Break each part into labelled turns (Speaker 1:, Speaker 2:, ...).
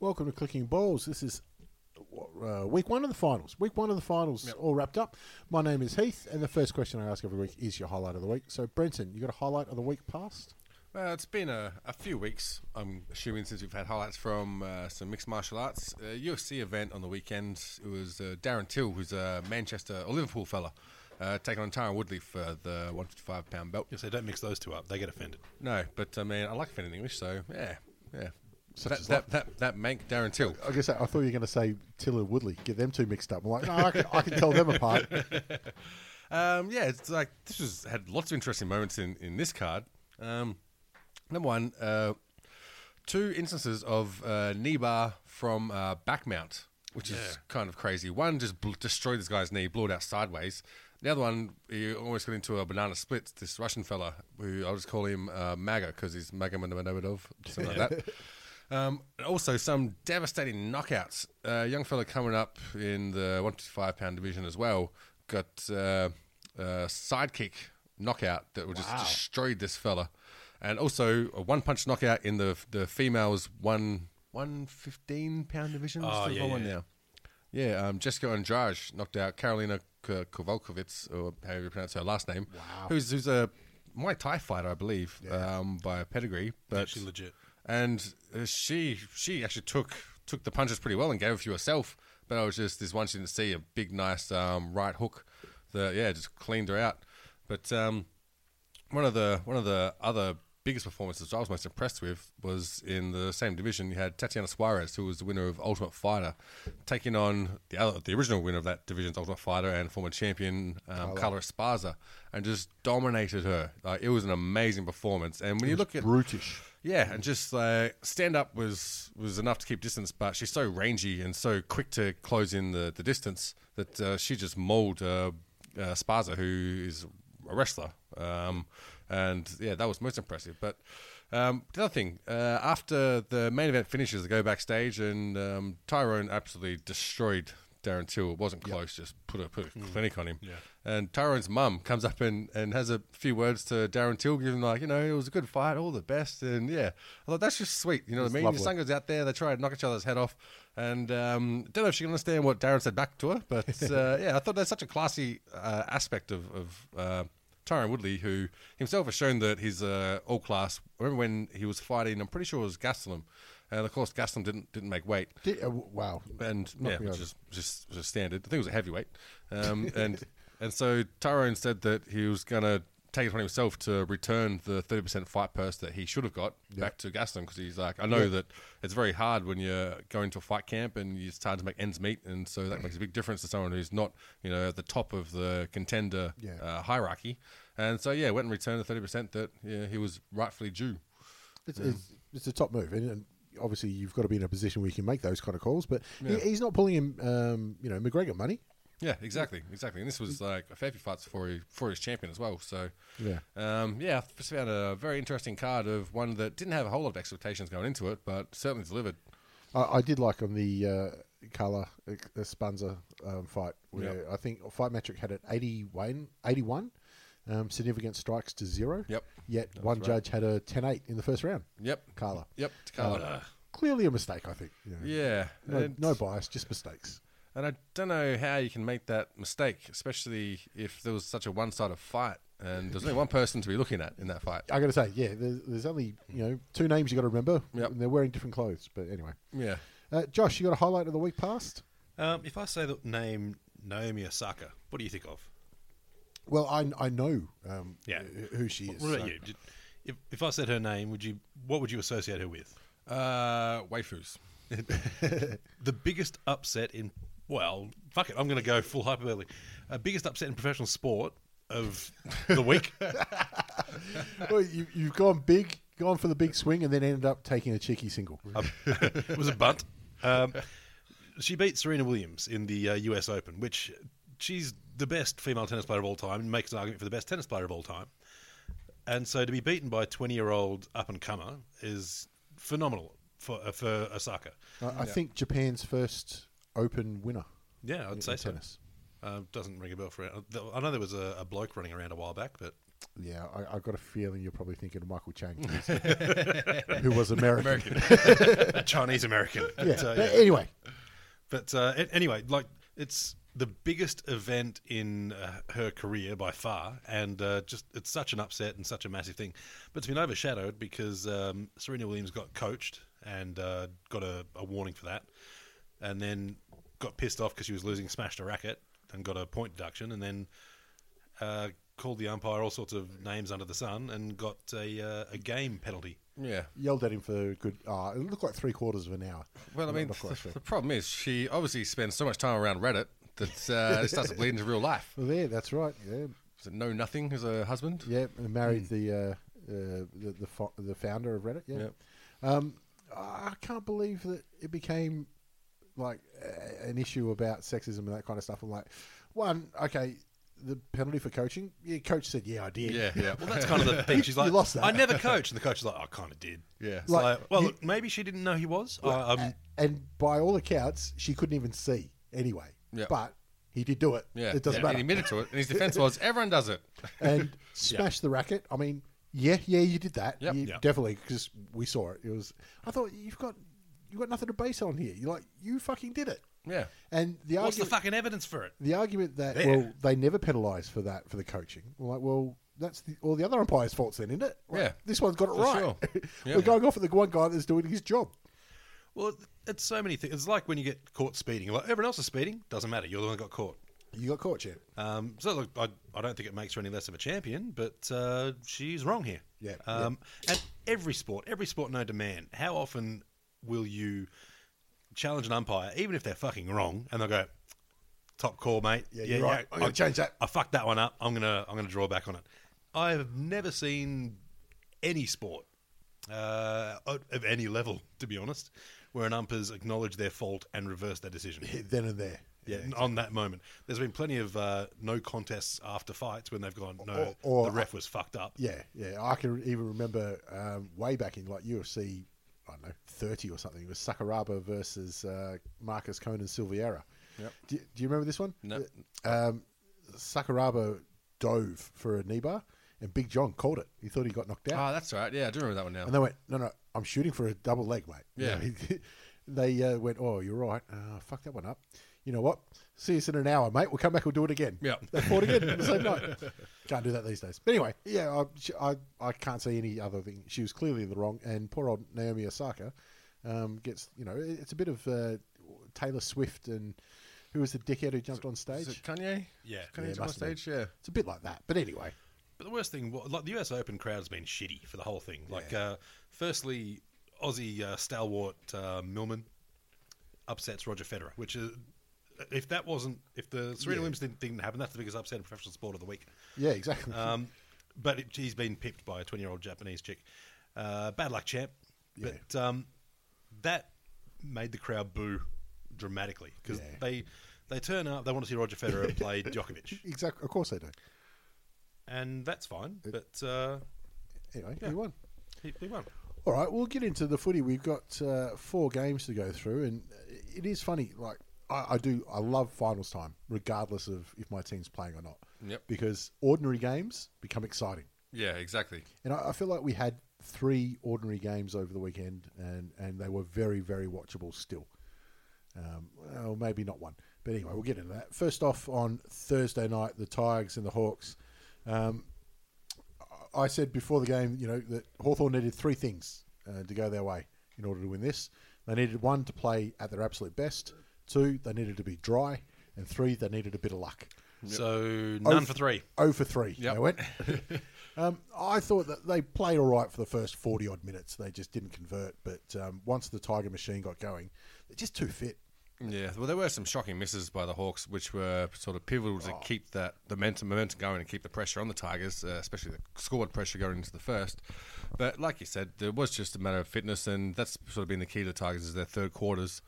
Speaker 1: Welcome to Clicking Balls. This is uh, week one of the finals. Week one of the finals, all wrapped up. My name is Heath, and the first question I ask every week is your highlight of the week. So, Brenton, you got a highlight of the week past?
Speaker 2: Uh, it's been a, a few weeks, I'm assuming, since we've had highlights from uh, some mixed martial arts. Uh, UFC event on the weekend. It was uh, Darren Till, who's a Manchester or Liverpool fella, uh, taking on Tyron Woodley for the 155 pound belt.
Speaker 3: Yeah, so don't mix those two up. They get offended.
Speaker 2: No, but I mean, I like offending English, so yeah, yeah. So that, that, that, that mank Darren Till.
Speaker 1: I guess I, I thought you were going to say Tiller Woodley. Get them two mixed up. I'm like, no, I can, I can tell them apart.
Speaker 2: Um, yeah, it's like this was had lots of interesting moments in in this card. Um, number one, uh, two instances of uh, knee bar from uh, back mount, which is kind of crazy. One just bl- destroyed this guy's knee, blew it out sideways. The other one, he almost got into a banana split. This Russian fella, who I'll just call him uh, MAGA because he's MAGA Manamadov, something like that. Um, and also, some devastating knockouts. Uh, young fella coming up in the 155 pound division as well got uh, a sidekick knockout that just destroyed this fella, and also a one punch knockout in the the females one 115 pound division. What's
Speaker 3: Oh,
Speaker 2: the
Speaker 3: yeah,
Speaker 2: other
Speaker 3: yeah,
Speaker 2: one
Speaker 3: yeah.
Speaker 2: now? Yeah, um, Jessica Andrade knocked out Karolina K- Kowalkiewicz, or however you pronounce her last name. Wow. Who's, who's a Muay Thai fighter, I believe, um, by pedigree. But
Speaker 3: She's legit.
Speaker 2: and uh, she she actually took took the punches pretty well and gave a few herself. But I was just this one she didn't see a big nice um, right hook that yeah just cleaned her out. But um, one of the one of the other biggest performances I was most impressed with was in the same division. You had Tatiana Suarez, who was the winner of Ultimate Fighter, taking on the other the original winner of that division's Ultimate Fighter and former champion um, Carla Esparza, and just dominated her. Like it was an amazing performance. And when you look at
Speaker 1: Brutish.
Speaker 2: yeah, and just uh, stand up was was enough to keep distance, but she's so rangy and so quick to close in the, the distance that uh, she just mauled uh, uh, Sparza, who is a wrestler. Um, and yeah, that was most impressive. But um, the other thing, uh, after the main event finishes, they go backstage, and um, Tyrone absolutely destroyed Darren Till. It wasn't close, just put a, put a clinic on him.
Speaker 3: Yeah.
Speaker 2: And Tyrone's mum comes up and, and has a few words to Darren Till, giving him like, you know, it was a good fight, all the best. And yeah, I thought that's just sweet. You know what I mean?
Speaker 1: lovely.
Speaker 2: Your son goes out there, they try to knock each other's head off. And um, don't know if she can understand what Darren said back to her, but uh, yeah, I thought that's such a classy uh, aspect of, of uh, Tyron Woodley, who himself has shown that he's uh, all class. I remember when he was fighting, I'm pretty sure it was Gastelum. And of course, Gastelum didn't, didn't make weight
Speaker 1: Did, uh, w- wow.
Speaker 2: and
Speaker 1: me
Speaker 2: yeah, which
Speaker 1: over.
Speaker 2: is just just standard. I think it was a heavyweight, um, and and so Tyrone said that he was going to take it upon himself to return the thirty percent fight purse that he should have got back to Gaston because he's like, I know that it's very hard when you're going to a fight camp and it's hard to make ends meet, and so that makes a big difference to someone who's not you know at the top of the contender
Speaker 1: Yeah.
Speaker 2: uh, hierarchy. And so yeah, went and returned the thirty percent that yeah, he was rightfully due.
Speaker 1: It's, it's, it's a top move, and, and obviously you've got to be in a position where you can make those kind of calls. But he, he's not pulling him, um, you know, McGregor money.
Speaker 2: Yeah, exactly, exactly. And this was like a fair few fights for he, for his champion as well. So
Speaker 1: Yeah.
Speaker 2: um, yeah, I just found a very interesting card of one that didn't have a whole lot of expectations going into it, but certainly delivered.
Speaker 1: I, I did like on the uh, Carla Spanza um, fight where I think Fight Metric had it 81, 81 um, significant strikes to zero.
Speaker 2: Yep.
Speaker 1: Yet one judge had a 10-8 in the first round.
Speaker 2: Yep,
Speaker 1: Carla.
Speaker 2: yep, to Carla.
Speaker 1: Clearly a mistake, I think. you know.
Speaker 2: yeah,
Speaker 1: Oh, No,
Speaker 2: and,
Speaker 1: no bias, just mistakes.
Speaker 2: and I don't know how you can make that mistake, especially if there was such a one-sided fight, and there's only one person to be looking at in that fight.
Speaker 1: I got to say, yeah, there's, there's only you know two names you got to remember,
Speaker 2: Yep.
Speaker 1: and they're wearing different clothes. But anyway,
Speaker 2: Yeah.
Speaker 1: uh, Josh, you got a highlight of the week past?
Speaker 3: Um, if I say the name Naomi Osaka, what do you think of?
Speaker 1: Well, I, I know um,
Speaker 3: Yeah.
Speaker 1: who she is.
Speaker 3: What about
Speaker 1: so-
Speaker 3: you? Did- if, if I said her name, would you? What would you associate her with?
Speaker 2: Uh, waifus.
Speaker 3: The biggest upset in well, fuck it, I'm going to go full hyperbole. Uh, biggest upset in professional sport of the week.
Speaker 1: Well, you, you've gone big, gone for the big swing, and then ended up taking a cheeky single.
Speaker 3: it was a bunt. Um, she beat Serena Williams in the uh, U.S. Open, which she's the best female tennis player of all time. Makes an argument for the best tennis player of all time. And so to be beaten by a 20-year-old up-and-comer is phenomenal for uh, for Osaka.
Speaker 1: I, I think Japan's first Open winner
Speaker 3: Yeah, I'd
Speaker 1: in
Speaker 3: say so.
Speaker 1: tennis.
Speaker 3: Uh, doesn't ring a bell for it. I know there was a, a bloke running around a while back, but
Speaker 1: Yeah, I, I've got a feeling you're probably thinking of Michael Chang, who was American.
Speaker 3: a uh, Chinese American.
Speaker 1: Yeah.
Speaker 3: So,
Speaker 1: But anyway,
Speaker 3: But uh, a- anyway, like it's the biggest event in uh, her career by far, and uh, just it's such an upset and such a massive thing. But it's been overshadowed because um, Serena Williams got coached and uh, got a, a warning for that, and then got pissed off because she was losing, smashed a racket, and got a point deduction, and then. Uh, Called the umpire all sorts of names under the sun and got a, uh, a game penalty.
Speaker 2: Yeah.
Speaker 1: yelled at him for a good. Uh, it looked like three quarters of an hour.
Speaker 2: Well, I
Speaker 1: Not-
Speaker 2: mean,
Speaker 1: not quite
Speaker 2: the,
Speaker 1: sure.
Speaker 2: the problem is she obviously spends so much time around Reddit that uh, it starts to bleed into real life.
Speaker 1: well, there, that's right. Yeah,
Speaker 2: Is it Know Nothing who's a husband?
Speaker 1: yeah. and Married
Speaker 2: Hmm.
Speaker 1: the, uh, uh, the the fo- the founder of Reddit. Yeah.
Speaker 2: Yeah.
Speaker 1: Um, I can't believe that it became like a, an issue about sexism and that kind of stuff. I'm like, one, okay, the penalty for coaching. Yeah, coach said, yeah, I did.
Speaker 2: Yeah, yeah.
Speaker 3: Well, that's kind of the thing. She's like,
Speaker 1: lost that.
Speaker 3: I never coached. And the coach is like, "Oh, I kind of did.
Speaker 2: Yeah.
Speaker 3: It's
Speaker 1: Like,
Speaker 3: like, well,
Speaker 1: you-
Speaker 3: look, maybe she didn't know he was. I,
Speaker 2: um,
Speaker 3: I'm,
Speaker 1: And by all accounts, she couldn't even see anyway.
Speaker 2: Yeah.
Speaker 1: But he did do it.
Speaker 2: Yeah.
Speaker 1: It doesn't
Speaker 2: And
Speaker 1: matter.
Speaker 2: he admitted to it, and his defense was, everyone does it.
Speaker 1: and smash the racket. I mean, yeah, yeah, you did that.
Speaker 2: Yep.
Speaker 1: You-
Speaker 3: Yep.
Speaker 1: Definitely, because we saw it. It was. I thought you've got you have got nothing to base it on here. You like you fucking did it.
Speaker 2: Yeah.
Speaker 1: And the
Speaker 3: what's the
Speaker 1: argument,
Speaker 3: fucking evidence for it?
Speaker 1: the, argument that
Speaker 3: There.
Speaker 1: well they never penalise for that for the coaching. I'm like, well, that's the, all the other umpires' faults then, isn't it? Like,
Speaker 2: Yeah.
Speaker 1: this one's got it
Speaker 2: For
Speaker 1: right.
Speaker 2: sure. Yeah.
Speaker 1: We're going off at the one guy that's doing his job.
Speaker 3: Well, it's so many things. It's like when you get caught speeding. Like everyone else is speeding, doesn't matter. You're the one that got caught.
Speaker 1: You got caught, champ.
Speaker 2: Uh,
Speaker 3: Um, so look, I, I don't think it makes her any less of a champion, but uh, she's wrong here.
Speaker 1: Yeah,
Speaker 3: Um, And every sport, every sport known to man, how often will you challenge an umpire, even if they're fucking wrong, and they'll go, "Top call, mate.
Speaker 1: Yeah, you're right. I'm
Speaker 3: I-
Speaker 1: gonna change that."
Speaker 3: I fucked that one up. I'm gonna I'm gonna draw back on it. I have never seen any sport uh, of any level, to be honest, where an umpire's acknowledge their fault and reverse their decision.
Speaker 1: Then and there.
Speaker 3: Yeah, on that moment. There's been plenty of uh, no contests after fights when they've gone, no,
Speaker 1: or-
Speaker 3: the ref was fucked up.
Speaker 1: Yeah, yeah. I can even remember um, way back in like UFC, I don't know, 30 or something. It was Sakuraba versus uh, Marcus Conan Silveira. Do, do you remember this one?
Speaker 2: No.
Speaker 1: Um, Sakuraba dove for a knee bar, and Big John called it. He thought he got knocked out.
Speaker 2: Oh, that's all right. Yeah, I do remember that one now.
Speaker 1: And they went, no, no, I'm shooting for a double leg, mate.
Speaker 2: Yeah.
Speaker 1: You know, they uh, went, oh, you're right. Uh, fuck that one up. You know what? See us in an hour, mate. We'll come back. We'll do it again.
Speaker 2: Yeah.
Speaker 1: They fought again on the same night. Can't do that these days. But anyway, yeah, I, I, I can't see any other thing. She was clearly in the wrong. And poor old Naomi Osaka um, gets, you know, it- it's a bit of uh, Taylor Swift and who was the dickhead who jumped on stage?
Speaker 2: Is it Kanye?
Speaker 1: Yeah,
Speaker 2: Kanye
Speaker 3: Yeah.
Speaker 2: jumped on
Speaker 1: must have been.
Speaker 2: stage? Yeah.
Speaker 1: It's a bit like that. But anyway,
Speaker 3: But the worst thing, wa- like the US Open crowd's been shitty for the whole thing. Like, uh, firstly, Aussie uh, stalwart uh, Millman upsets Roger Federer, which is, if that wasn't, if the Serena Williams didn't, didn't happen, that's the biggest upset in professional sport of the week.
Speaker 1: yeah, exactly.
Speaker 2: Uh,
Speaker 3: Um, but it, he's been pipped by a 20 year old Japanese chick. Uh, bad luck, champ. But um, that made the crowd boo dramatically because
Speaker 1: Yeah.
Speaker 3: they they turn up, they want to see Roger Federer play Djokovic,
Speaker 1: exactly. Of course they do.
Speaker 3: and that's fine. But uh,
Speaker 1: Anyway, he won.
Speaker 3: he, he won.
Speaker 1: All right, we'll get into the footy. We've got uh, four games to go through, and it is funny. Like I, I do, I love finals time, regardless of if my team's playing or not.
Speaker 2: Yep.
Speaker 1: Because ordinary games become exciting,
Speaker 2: Yeah, exactly.
Speaker 1: and I, I feel like we had three ordinary games over the weekend, and and they were very very watchable still. Um, well, maybe not one, but anyway, we'll get into that. First off, on Thursday night, the Tigers and the Hawks. Um, I said before the game, you know, that Hawthorn needed three things uh, to go their way in order to win this. They needed one to play at their absolute best, Two, they needed to be dry. And three, they needed a bit of luck.
Speaker 3: So none
Speaker 1: Oh,
Speaker 3: for three.
Speaker 1: Oh for three.
Speaker 2: Yep.
Speaker 1: They went. um, I thought that they played all right for the first forty odd minutes. They just didn't convert. But um, once the Tiger machine got going, they're just too fit.
Speaker 2: Yeah, well, there were some shocking misses by the Hawks, which were sort of pivotal to keep that the momentum, momentum going and keep the pressure on the Tigers, uh, especially the squad pressure going into the first. But like you said, it was just a matter of fitness, and that's sort of been the key to the Tigers is their third quarters,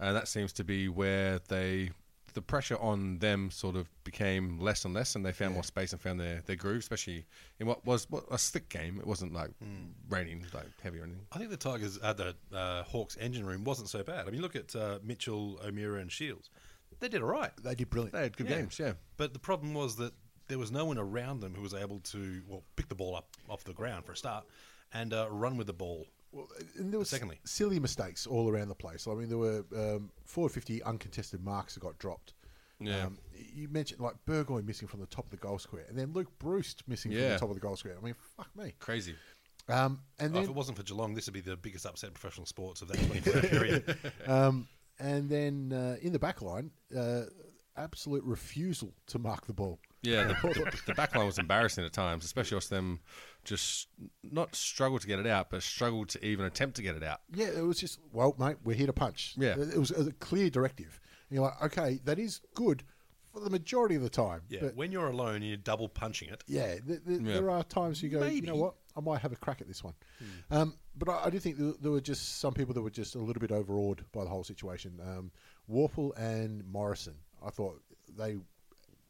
Speaker 2: and that seems to be where they the pressure on them sort of became less and less, and they found more space and found their, their groove, especially in what was what, a slick game. It wasn't like raining like heavy or anything.
Speaker 3: I think the Tigers, uh, the uh, Hawks' engine room wasn't so bad. I mean, look at uh, Mitchell, O'Meara, and Shields. They did all right.
Speaker 1: They did brilliant.
Speaker 2: They had good games, yeah.
Speaker 3: But the problem was that there was no one around them who was able to well pick the ball up off the ground for a start and uh, run with the ball.
Speaker 1: and there was
Speaker 3: Secondly.
Speaker 1: silly mistakes all around the place. I mean, there were um, 450 uncontested marks that got dropped.
Speaker 2: Yeah.
Speaker 1: Um, you mentioned like Burgoyne missing from the top of the goal square, and then Luke Bruce missing from
Speaker 2: Yeah.
Speaker 1: the top of the goal square. I mean, fuck me.
Speaker 2: Crazy.
Speaker 1: Um, and
Speaker 3: Oh, if it
Speaker 1: then
Speaker 3: wasn't for Geelong, this would be the biggest upset in professional sports of that 24 period.
Speaker 1: um, and then uh, in the back line, uh, absolute refusal to mark the ball.
Speaker 2: Yeah, the, the, the back line was embarrassing at times, especially us them just not struggle to get it out, but struggle to even attempt to get it out.
Speaker 1: Yeah, it was just well, mate, we're here to punch.
Speaker 2: Yeah.
Speaker 1: it was a clear directive. And you're like, okay, that is good for the majority of the time.
Speaker 3: Yeah,
Speaker 1: but
Speaker 3: when you're alone and you're double punching it,
Speaker 1: yeah, th- th-
Speaker 2: Yeah.
Speaker 1: there are times you go, you
Speaker 3: Maybe.
Speaker 1: know what, I might have a crack at this one.
Speaker 2: Hmm.
Speaker 1: Um, but I, I do think there, there were just some people that were just a little bit overawed by the whole situation. Um, Warple and Morrison, I thought they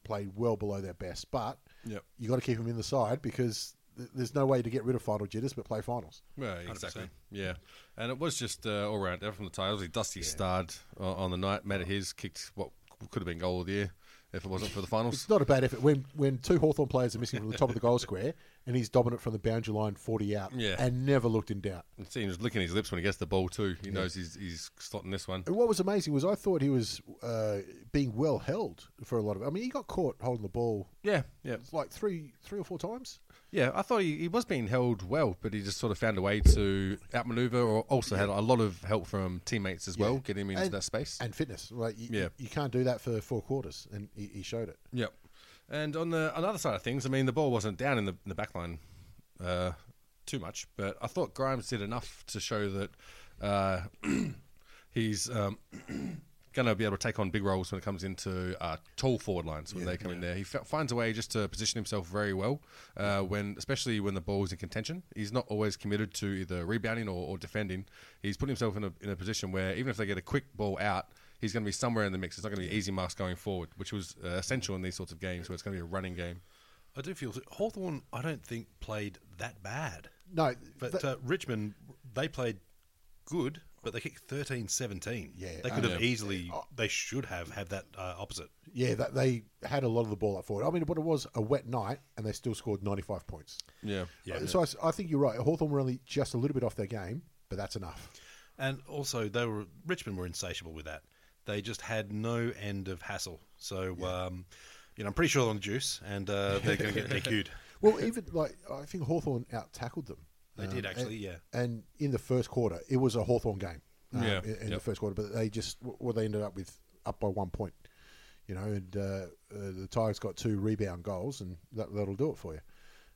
Speaker 1: played well below their best, but
Speaker 2: Yep.
Speaker 1: you got to keep them in the side because th- there's no way to get rid of final jitters but play finals.
Speaker 2: Well, exactly. Yeah, and it was just uh, all round effort from the Tigers. Dusty starred uh, on the night, made it his, kicked what could have been goal of the year if it wasn't for the finals.
Speaker 1: It's not a bad effort when when two Hawthorn players are missing from the top of the goal square and he's dominant from the boundary line 40 out
Speaker 2: Yeah.
Speaker 1: and never looked in doubt.
Speaker 2: It seems licking his lips when he gets the ball too. He knows he's he's slotting this one.
Speaker 1: And what was amazing was I thought he was uh, being well held for a lot of. I mean, he got caught holding the ball
Speaker 2: Yeah, yeah,
Speaker 1: like three, three or four times.
Speaker 2: yeah. I thought he, he was being held well, but he just sort of found a way to outmaneuver, or also had a lot of help from teammates as well, getting him into
Speaker 1: And-
Speaker 2: that space.
Speaker 1: And fitness, like you,
Speaker 2: Yeah.
Speaker 1: you can't do that for four quarters, and he, he showed it.
Speaker 2: Yep. And on the on the other side of things, I mean, the ball wasn't down in the, in the back line uh, too much, but I thought Grimes did enough to show that uh, he's um, going to be able to take on big roles when it comes into uh, tall forward lines when they come in there. He f- finds a way just to position himself very well uh, when, especially when the ball is in contention. He's not always committed to either rebounding or, or defending. He's put himself in a, in a position where even if they get a quick ball out, he's going to be somewhere in the mix. It's not going to be easy marks going forward, which was uh, essential in these sorts of games where it's going to be a running game.
Speaker 3: I do feel Hawthorn. I don't think, played that bad.
Speaker 1: No,
Speaker 3: But
Speaker 1: that-
Speaker 3: uh, Richmond, they played good, but they kicked 13-17.
Speaker 1: Yeah,
Speaker 3: They could
Speaker 2: I
Speaker 3: have
Speaker 2: know.
Speaker 3: easily, they should have had that uh, opposite.
Speaker 1: yeah, that they had a lot of the ball up forward. I mean, but it was a wet night, and they still scored ninety-five points. Uh,
Speaker 2: Yeah.
Speaker 3: Yeah.
Speaker 1: so I s I I, think you're right. Hawthorn were only just a little bit off their game, but that's enough.
Speaker 3: And also, they were Richmond were insatiable with that. They just had no end of hassle. So, um, you know, I'm pretty sure they're on the juice, and uh, they're going to get DQ'd.
Speaker 1: Well, even like I think Hawthorn out tackled them.
Speaker 3: They did
Speaker 1: and-
Speaker 3: actually, yeah.
Speaker 1: And in the first quarter, it was a Hawthorn game. um,
Speaker 2: Yeah,
Speaker 1: In, in the
Speaker 2: yep.
Speaker 1: first quarter, but they just well they ended up with up by one point, you know, and uh, uh, the Tigers got two rebound goals, and that that'll do it for you.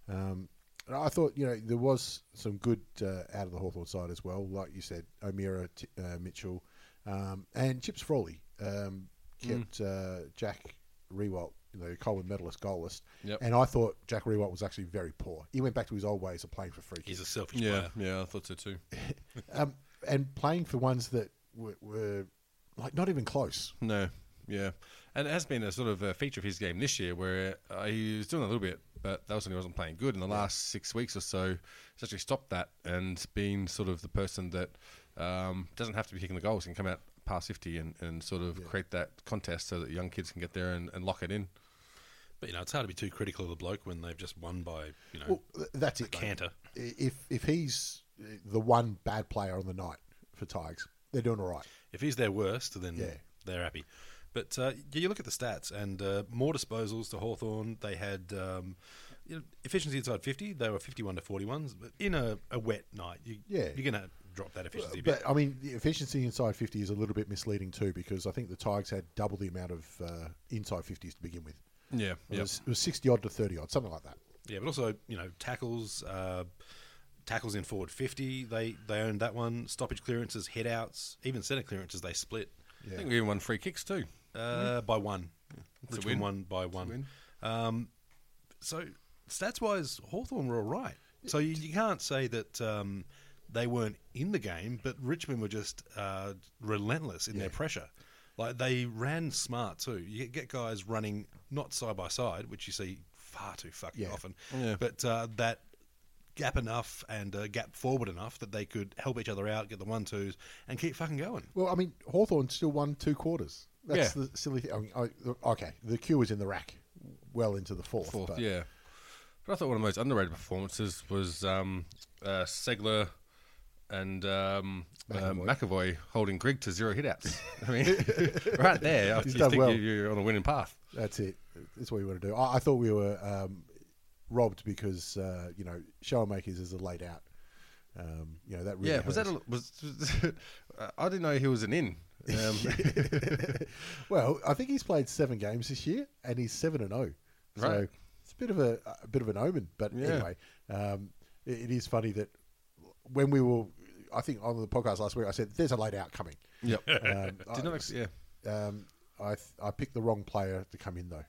Speaker 1: Um, and I thought you know there was some good uh, out of the Hawthorn side as well, like you said, O'Meara, T- uh, Mitchell, um, and Chips Frawley um, kept
Speaker 3: Hmm.
Speaker 1: uh, Jack Rewalt, the Coleman medalist, goalless.
Speaker 2: Yep.
Speaker 1: And I thought Jack Rewalt was actually very poor. He went back to his old ways of playing for free
Speaker 3: He's
Speaker 1: kicks
Speaker 3: a selfish
Speaker 2: Yeah,
Speaker 3: player.
Speaker 2: yeah, I thought so too.
Speaker 1: um, and playing for ones that were, were like not even close.
Speaker 2: No, yeah, and it has been a sort of a feature of his game this year, where uh, he was doing a little bit, but that was when he wasn't playing good. In the last six weeks or so, he's actually stopped that and been sort of the person that um, doesn't have to be kicking the goals, can come out past fifty and, and sort of create that contest so that young kids can get there and, and lock it in.
Speaker 3: But, you know, it's hard to be too critical of the bloke when they've just won by, you know,
Speaker 1: Well, th- that's it. though.
Speaker 3: canter.
Speaker 1: If if he's the one bad player on the night for Tigers, they're doing all right.
Speaker 3: If he's their worst, then
Speaker 1: Yeah.
Speaker 3: they're happy. But uh, yeah, you look at the stats and uh, more disposals to Hawthorn. They had um, you know, efficiency inside 50. They were 51 to 41s. But in a, a wet night, you,
Speaker 1: Yeah.
Speaker 3: you're going to drop that efficiency a bit.
Speaker 1: But I mean, the efficiency inside fifty is a little bit misleading too, because I think the Tigers had double the amount of uh, inside fifties to begin with.
Speaker 2: Yeah,
Speaker 1: It,
Speaker 2: yeah.
Speaker 1: was, it was sixty odd to thirty odd, something like that.
Speaker 3: Yeah, but also you know tackles, uh, tackles in forward fifty. They they owned that one. Stoppage clearances, headouts, even centre clearances. They split
Speaker 2: I think we even won free kicks too.
Speaker 3: uh, by one.
Speaker 2: a
Speaker 3: Richmond
Speaker 2: win.
Speaker 3: won by one. Um, so stats wise, Hawthorn were all right. So you, you can't say that um, they weren't in the game, but Richmond were just uh, relentless in their pressure. Like they ran smart too. You get guys running not side by side, which you see far too fucking
Speaker 1: Yeah.
Speaker 3: often,
Speaker 2: Yeah.
Speaker 3: but uh, that gap enough and uh, gap forward enough that they could help each other out, get the one twos, and keep fucking going.
Speaker 1: Well, I mean, Hawthorn still won two quarters. That's
Speaker 2: Yeah.
Speaker 1: the silly thing. I mean, I, okay, the cue was in the rack, well into the fourth.
Speaker 2: Fourth,
Speaker 1: but
Speaker 2: yeah. But I thought one of the most underrated performances was um, uh, Segler and um, uh, McAvoy holding Grigg to zero hitouts. I mean, right there, you
Speaker 1: He's
Speaker 2: think
Speaker 1: done well.
Speaker 2: you- you're on a winning path.
Speaker 1: That's it. That's what you want to do. I, I thought we were um, robbed because uh, you know Showmakers is a laid out. Um, you know that really
Speaker 2: Yeah, was that
Speaker 1: hurts.
Speaker 2: a, was? I didn't know he was an in. Um,
Speaker 1: well? I think he's played seven games this year, and he's seven and zero. So
Speaker 2: Right.
Speaker 1: it's a bit of a, a bit of an omen. But
Speaker 2: Yeah.
Speaker 1: anyway, um, it, it is funny that when we were, I think on the podcast last week, I said there's a laid out coming.
Speaker 2: yep.
Speaker 1: Um, I-
Speaker 2: Did not ex- yeah.
Speaker 1: Um, I th- I picked the wrong player to come in though.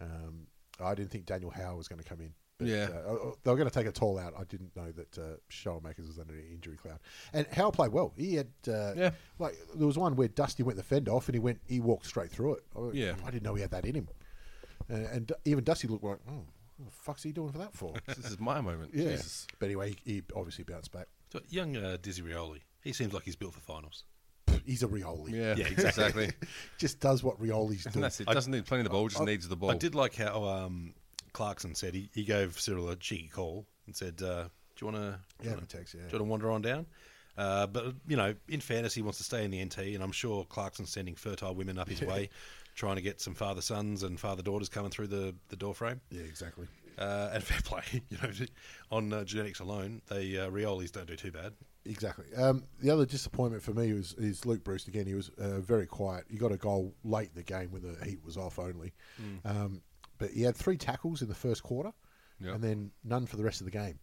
Speaker 1: Um, I didn't think Daniel Howe was going to come in. But,
Speaker 2: Yeah.
Speaker 1: uh, oh, oh, they were going to take a tall out. I didn't know that uh, Showmakers was under an injury cloud. And Howe played well. He had uh,
Speaker 2: Yeah.
Speaker 1: like there was one where Dusty went the fend off and he went he walked straight through it. I,
Speaker 2: Yeah.
Speaker 1: I didn't know he had that in him. Uh, and D- even Dusty looked like, oh, what the fuck's he doing for that for?
Speaker 2: This is my moment.
Speaker 1: yeah.
Speaker 2: Jesus.
Speaker 1: But anyway, he, he obviously bounced back.
Speaker 3: So young uh, Dizzy Rioli, he seems like he's built for finals.
Speaker 1: He's a Rioli.
Speaker 2: Yeah, exactly.
Speaker 1: Just does what Rioli's do.
Speaker 2: and that's it. Doesn't need plenty of the ball, just needs the ball.
Speaker 3: I did like how um, Clarkson said he, he gave Cyril a cheeky call and said, uh, "Do you want to?
Speaker 1: Yeah,
Speaker 3: do
Speaker 1: have a text, yeah.
Speaker 3: you want to wander on down?" Uh, but you know, in fantasy, he wants to stay in the NT, and I'm sure Clarkson's sending fertile women up his way, trying to get some father sons and father daughters coming through the the door frame.
Speaker 1: Yeah, exactly.
Speaker 3: Uh, and fair play, you know, on uh, genetics alone, they uh, Riolis don't do too bad.
Speaker 1: Exactly. Um, the other disappointment for me was is Luke Bruce again. He was uh, very quiet. He got a goal late in the game when the heat was off only,
Speaker 2: Mm.
Speaker 1: um, but he had three tackles in the first quarter,
Speaker 2: Yeah.
Speaker 1: and then none for the rest of the game.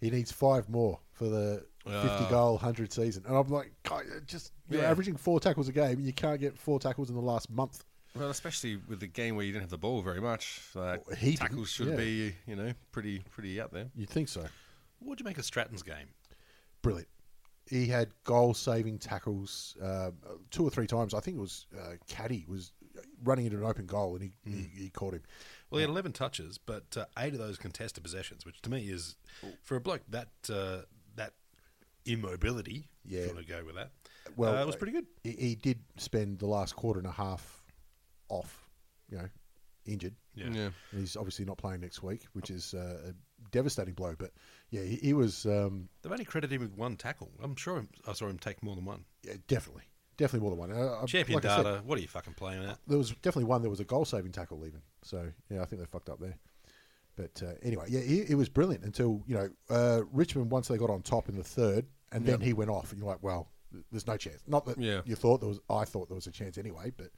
Speaker 1: He needs five more for the fifty
Speaker 2: Ah.
Speaker 1: goal hundred season, and I'm like, God, just you're
Speaker 2: Yeah.
Speaker 1: averaging four tackles a game, and you can't get four tackles in the last month.
Speaker 2: Well, especially with the game where you didn't have the ball very much, like
Speaker 1: Well, he didn't,
Speaker 2: tackles should
Speaker 1: yeah.
Speaker 2: be, you know, pretty pretty out there.
Speaker 1: You'd think so.
Speaker 3: What'd you make of Stratton's game?
Speaker 1: Brilliant. He had goal-saving tackles uh, two or three times. I think it was uh, Caddy was running into an open goal, and he,
Speaker 3: Hmm.
Speaker 1: he, he caught him.
Speaker 3: Well, he had 11 touches, but uh, eight of those contested possessions, which to me is, for a bloke that uh, that immobility,
Speaker 1: Yeah.
Speaker 3: if you want to go with that,
Speaker 1: Well,
Speaker 3: well, uh, it was pretty good.
Speaker 1: He, he did spend the last quarter and a half off, you know, injured.
Speaker 3: Yeah.
Speaker 1: And he's obviously not playing next week, which is uh, a devastating blow. But yeah, he, he was um,
Speaker 3: They've only credited him with one tackle. I'm sure him- I saw him take more than one.
Speaker 1: yeah, definitely, definitely more than one. Uh, I-
Speaker 3: Champion
Speaker 1: like I said,
Speaker 3: data, what are you fucking playing at?
Speaker 1: there was definitely one that was a goal saving tackle even. So yeah, I think they fucked up there. But uh, anyway, yeah, it, it was brilliant until you know uh, Richmond once they got on top in the third, and then he went off, and you're like, well, th- there's no chance. Not that
Speaker 2: Yeah.
Speaker 1: you thought there was. I thought there was a chance anyway, but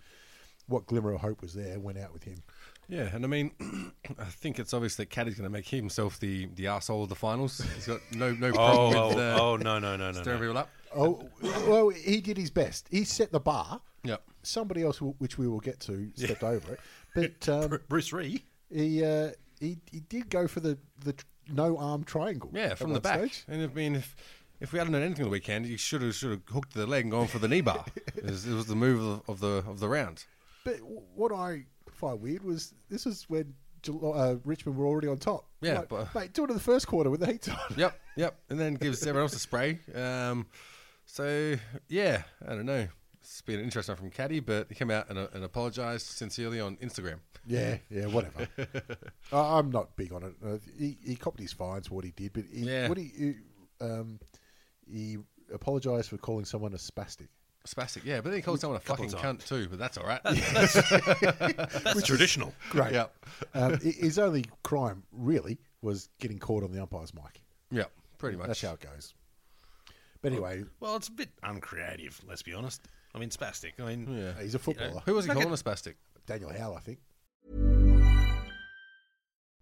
Speaker 1: what glimmer of hope was there went out with him.
Speaker 2: Yeah, and I mean, I think it's obvious that Caddy's going to make himself the the asshole of the finals. He's got no no problem
Speaker 3: Oh,
Speaker 2: with uh,
Speaker 3: oh, oh, no, no, no, no.
Speaker 2: stirring
Speaker 3: no.
Speaker 2: people up.
Speaker 1: Oh well, he did his best. He set the bar.
Speaker 2: Yep.
Speaker 1: Somebody else, w- which we will get to, stepped over it. But um,
Speaker 3: Bruce Ree,
Speaker 1: he, uh, he he did go for the the tr- no arm triangle.
Speaker 2: Yeah,
Speaker 1: at
Speaker 2: from the
Speaker 1: one
Speaker 2: back.
Speaker 1: stage.
Speaker 2: And I mean, if if we hadn't done anything on the weekend, you should have should have hooked the leg and gone for the knee bar. it, was, it was the move of the of the, of the round.
Speaker 1: But w- what I find weird was this was when Gel- uh, Richmond were already on top.
Speaker 2: Yeah,
Speaker 1: Like,
Speaker 2: but-
Speaker 1: mate, do it in the first quarter with the heat on.
Speaker 2: Yep, yep. And then gives everyone else a spray. Um, so, yeah, I don't know. It's been an interesting one from Caddy, but he came out and, and apologised sincerely on Instagram.
Speaker 1: Yeah, yeah, whatever. I, I'm not big on it. Uh, he, he copped his fines for what he did, but he,
Speaker 2: Yeah.
Speaker 1: what he, he, um, he apologised for calling someone a spastic.
Speaker 2: Spastic, yeah. But then he called someone a
Speaker 3: Mm, Couple
Speaker 2: fucking
Speaker 3: times.
Speaker 2: cunt too, but that's all right.
Speaker 3: that's traditional.
Speaker 1: Great.
Speaker 2: Yep.
Speaker 1: um, i- his only crime, really, was getting caught on the umpire's mic.
Speaker 2: yeah, pretty much.
Speaker 1: That's how it goes. But anyway,
Speaker 3: Well, it's a bit uncreative. Let's be honest. I mean, spastic. I mean,
Speaker 2: Yeah.
Speaker 1: he's a footballer.
Speaker 2: Who was he
Speaker 3: Okay.
Speaker 2: calling a spastic?
Speaker 1: Daniel Howell, I think.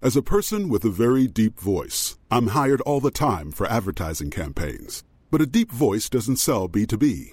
Speaker 4: As a person with a very deep voice, I'm hired all the time for advertising campaigns. But a deep voice doesn't sell B2B,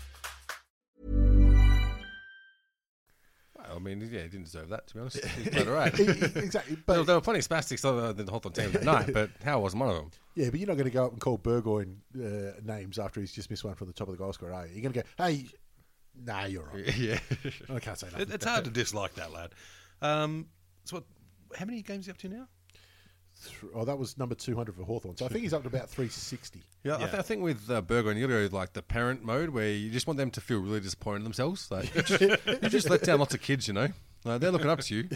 Speaker 2: I mean, yeah, he didn't deserve that, to be honest. He played all right.
Speaker 1: E- e- exactly.
Speaker 2: there,
Speaker 1: But
Speaker 2: there were plenty of spastics other than the Hawthorn team that night, but Howell wasn't one of them.
Speaker 1: yeah, but you're not going to go up and call Burgoyne uh, names after he's just missed one from the top of the goal scorer, are you? You're going to go, hey, nah, you're right.
Speaker 2: Yeah.
Speaker 1: I can't say
Speaker 3: it,
Speaker 1: nothing.
Speaker 3: it's hard to dislike that lad. Um, so what? How many games are you up to now?
Speaker 1: Oh, that was number 200 for Hawthorn. So I think he's up to about 360.
Speaker 2: Yeah, I, th- I think with uh, Burger and Yuri, like the parent mode, where you just want them to feel really disappointed in themselves. Like, you just, you just let down lots of kids, you know? Like, they're looking up to you.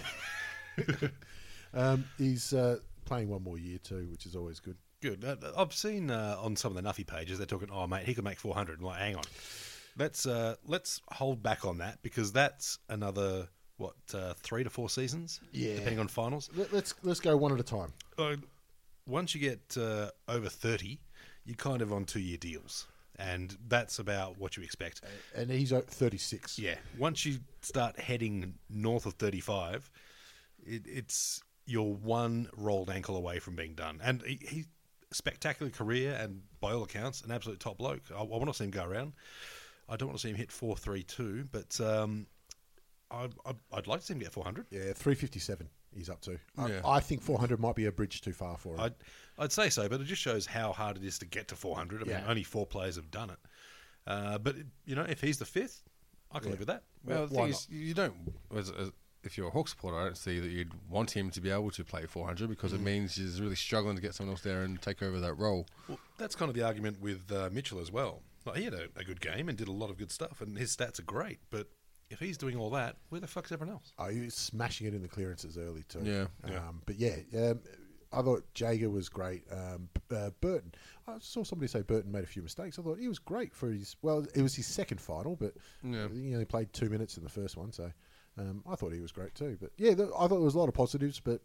Speaker 1: Um, he's uh, playing one more year, too, which is always good.
Speaker 3: Good. Uh, I've seen uh, on some of the Nuffy pages they're talking. Oh, mate, he could make four hundred. Like, hang on. Let's uh, let's hold back on that because that's another what uh, three to four seasons,
Speaker 1: Yeah.
Speaker 3: depending on finals.
Speaker 1: Let, let's, let's go one at a time.
Speaker 3: Uh, once you get uh, over thirty, you're kind of on two year deals, and that's about what you expect.
Speaker 1: And he's uh, 36.
Speaker 3: Yeah. Once you start heading north of 35, it, it's you're one rolled ankle away from being done. And he, he spectacular career, and by all accounts, an absolute top bloke. I, I want to see him go around. I don't want to see him hit four three two, but um, I, I, I'd like to see him get 400.
Speaker 1: Yeah, 357 he's up to. I,
Speaker 2: Yeah.
Speaker 1: I think 400 might be a bridge too far for him.
Speaker 3: I'd, I'd say so, but it just shows how hard it is to get to 400. I mean,
Speaker 1: Yeah.
Speaker 3: only four players have done it. Uh, but, you know, if he's the fifth, I can live with that.
Speaker 2: Well, the
Speaker 1: why
Speaker 2: thing is, you don't. As, as, if you're a Hawk supporter, I don't see that you'd want him to be able to play 400 because it means he's really struggling to get someone else there and take over that role.
Speaker 3: Well, that's kind of the argument with uh, Mitchell as well. Like, he had a, a good game and did a lot of good stuff, and his stats are great. But if he's doing all that, where the fuck's everyone else?
Speaker 1: Oh, he was smashing it in the clearances early too.
Speaker 2: Yeah.
Speaker 1: um, But yeah, um, I thought Jager was great. Um, B- uh, Burton, I saw somebody say Burton made a few mistakes. I thought he was great for his. Well, it was his second final, but
Speaker 2: Yeah.
Speaker 1: he only played two minutes in the first one, so um, I thought he was great too. But yeah, th- I thought there was a lot of positives. But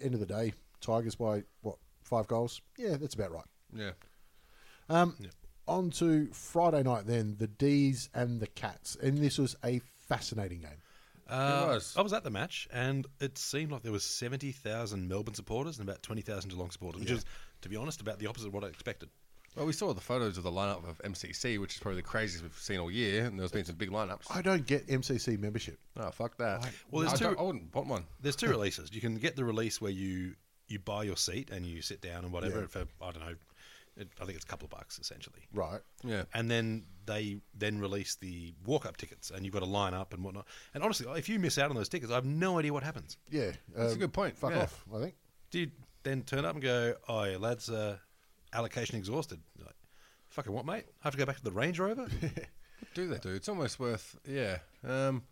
Speaker 1: end of the day, Tigers by what five goals? Yeah, that's about right.
Speaker 2: Yeah.
Speaker 1: Um, On to Friday night then, the D's and the Cats, and this was a fascinating game.
Speaker 3: Uh,
Speaker 2: was.
Speaker 3: I was at the match, and it seemed like there was seventy thousand Melbourne supporters and about twenty thousand Geelong supporters, which is, to be honest, about the opposite of what I expected.
Speaker 2: Well, we saw the photos of the lineup of MCC, which is probably the craziest we've seen all year, and there's been some big lineups.
Speaker 1: I don't get MCC membership.
Speaker 2: oh, fuck that.
Speaker 3: Well, there's
Speaker 2: I,
Speaker 3: two-
Speaker 2: don't- I wouldn't want one.
Speaker 3: There's two releases. You can get the release where you you buy your seat and you sit down and whatever
Speaker 1: Yeah.
Speaker 3: for I don't know. It, I think it's a couple of bucks essentially.
Speaker 1: Right.
Speaker 2: Yeah.
Speaker 3: and then they then release the walk up tickets, and you've got to line up and whatnot. And honestly, if you miss out on those tickets, I have no idea what happens.
Speaker 1: Yeah.
Speaker 2: That's a
Speaker 1: um,
Speaker 2: good point,
Speaker 1: Fuck
Speaker 2: yeah.
Speaker 1: off, I think.
Speaker 3: Do you then turn up and go, "Oh, yeah, lads, uh, allocation exhausted"? You're Like, Fucking what, mate? I have to go back to the Range Rover.
Speaker 2: Do they do? It's almost worth, yeah. Um,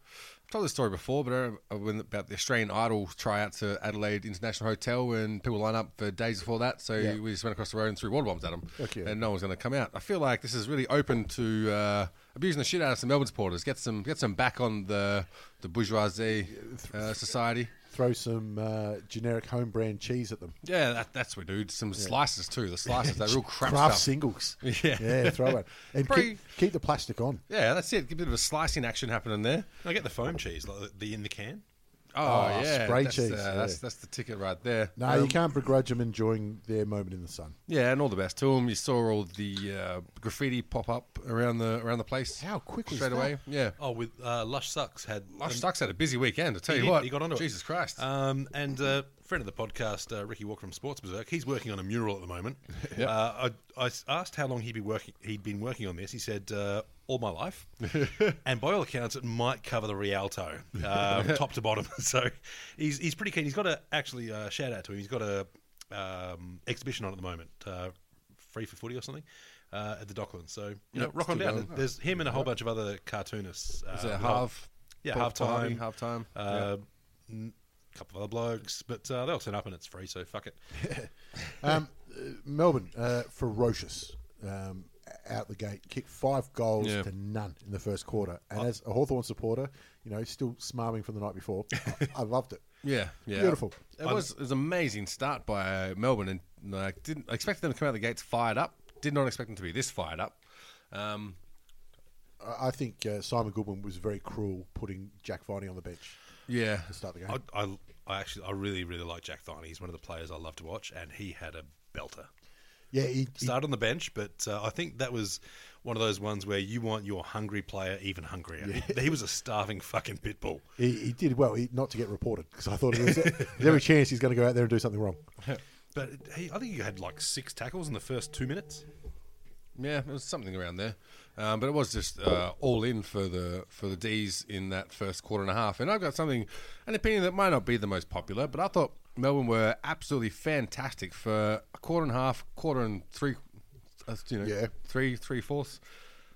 Speaker 2: I've told this story before, but I remember uh, when, about the Australian Idol tryouts at Adelaide International Hotel when people line up for days before that. So
Speaker 1: Yeah.
Speaker 2: we just went across the road and threw water bombs at them,
Speaker 1: Okay.
Speaker 2: and no one's going to come out. I feel like this is really open to uh, abusing the shit out of some Melbourne supporters. Get some, get some back on the the bourgeoisie uh, society.
Speaker 1: throw some uh, generic home brand cheese at them.
Speaker 2: Yeah, that, that's what we do. Some slices too. The slices, they're real crap
Speaker 1: Craft
Speaker 2: stuff.
Speaker 1: singles.
Speaker 2: Yeah.
Speaker 1: yeah, throw it and
Speaker 2: Pretty-
Speaker 1: keep, keep the plastic on.
Speaker 2: Yeah, that's it. Get a bit of a slicing action happening there.
Speaker 3: I get the foam cheese, like the, the in the can.
Speaker 2: Oh,
Speaker 1: Oh,
Speaker 2: yeah,
Speaker 1: spray
Speaker 2: that's,
Speaker 1: cheese,
Speaker 2: Uh,
Speaker 1: yeah.
Speaker 2: That's that's the ticket right there.
Speaker 1: No, you can't begrudge them enjoying their moment in the sun.
Speaker 2: Yeah, and all the best to them. You saw all the uh, graffiti pop up around the around the place.
Speaker 1: How quick was
Speaker 2: straight
Speaker 1: that?
Speaker 2: away? Yeah,
Speaker 3: Oh, with uh, Lush Sucks had
Speaker 2: Lush
Speaker 3: um,
Speaker 2: Sucks had a busy weekend. I tell
Speaker 3: He
Speaker 2: you
Speaker 3: did,
Speaker 2: what,
Speaker 3: he got onto it.
Speaker 2: Jesus Christ.
Speaker 3: Um, and uh, friend of the podcast, uh, Ricky Walker from Sports Berserk, he's working on a mural at the moment. uh, I, I s- asked how long he'd be working. He'd been working on this. He said uh, all my life, and by all accounts, it might cover the Rialto, um, top to bottom. So he's he's pretty keen. He's got a actually uh, shout out to him. He's got a um, exhibition on at the moment, uh, free for footy or something. Uh, at the Docklands, so you know, rock on
Speaker 2: still
Speaker 3: down.
Speaker 2: going.
Speaker 3: There's him and a whole bunch of other cartoonists. Uh,
Speaker 2: Is it
Speaker 3: with
Speaker 2: half?
Speaker 3: yeah,
Speaker 2: Bob
Speaker 3: half
Speaker 2: Harvey,
Speaker 3: time,
Speaker 2: half time,
Speaker 3: Uh, n- couple of other blokes, but uh, they'll turn up and it's free, so fuck it.
Speaker 1: Um, uh, Melbourne, uh, ferocious um, out the gate. Kicked five goals
Speaker 2: Yeah.
Speaker 1: to none in the first quarter. And as a Hawthorn supporter, you know, still smarming from the night before, I, I loved it.
Speaker 2: yeah, yeah,
Speaker 1: Beautiful.
Speaker 2: It was it was an amazing start by uh, Melbourne, and like didn't I expected them to come out of the gates fired up. Did not expect them to be this fired up. Um,
Speaker 1: I, I think uh, Simon Goodwin was very cruel putting Jack Viney on the bench
Speaker 2: yeah,
Speaker 1: to start the game.
Speaker 3: I, I, I actually, I really, really like Jack Thorne. He's one of the players I love to watch, and he had a belter.
Speaker 1: yeah, he, he-
Speaker 3: Started on the bench, but uh, I think that was one of those ones where you want your hungry player even hungrier. He, he was a starving fucking pit bull.
Speaker 1: he, he did well he, not to get reported because I thought it was there's every chance he's going to go out there and do something wrong.
Speaker 3: But he, I think he had like six tackles in the first two minutes.
Speaker 2: Yeah, it was something around there, um, but it was just uh, all in for the for the D's in that first quarter and a half. And I've got something, an opinion that might not be the most popular, but I thought Melbourne were absolutely fantastic for a quarter and a half, quarter and three, uh, you know,
Speaker 1: Yeah.
Speaker 2: three three fourths.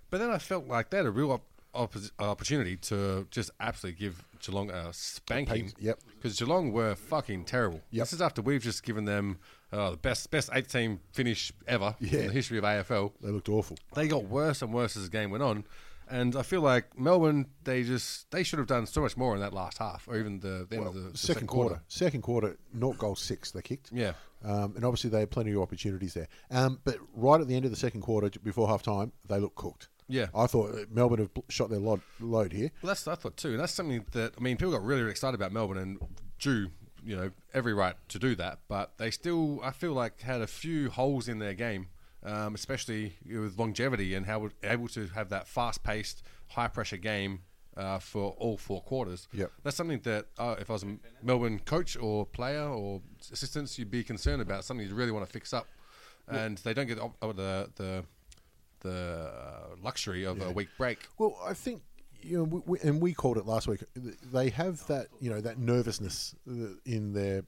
Speaker 2: But then I felt like they had a real op- oppos opportunity to just absolutely give Geelong a spanking.
Speaker 1: Paint, yep.
Speaker 2: because Geelong were fucking terrible.
Speaker 1: Yep.
Speaker 2: This is after we've just given them. uh the best best eight team finish ever in
Speaker 1: Yeah.
Speaker 2: the history of AFL
Speaker 1: They looked awful.
Speaker 2: they got worse and worse as the game went on. And I feel like Melbourne, they just they should have done so much more in that last half, or even the, the end of the, the
Speaker 1: second quarter. Second quarter, not goal six they kicked.
Speaker 2: Yeah.
Speaker 1: Um, and obviously they had plenty of opportunities there. Um, but right at the end of the second quarter, j- before half time, they looked cooked.
Speaker 2: Yeah.
Speaker 1: I thought uh, Melbourne have bl- shot their load, load here.
Speaker 2: Well, that's I thought too, and that's something that I mean, people got really, really excited about Melbourne and due, you know, every right to do that, but they still, I feel like, had a few holes in their game, um, especially with longevity and how we're able to have that fast-paced, high-pressure game uh, for all four quarters.
Speaker 1: Yep.
Speaker 2: that's something that uh, if I was a Melbourne coach or player or assistants, you'd be concerned about something you really want to fix up, and they don't get the op- uh, the. the the uh, luxury of a week break.
Speaker 1: Well, I think you know, we, we, and we called it last week. They have that you know that nervousness uh, in their.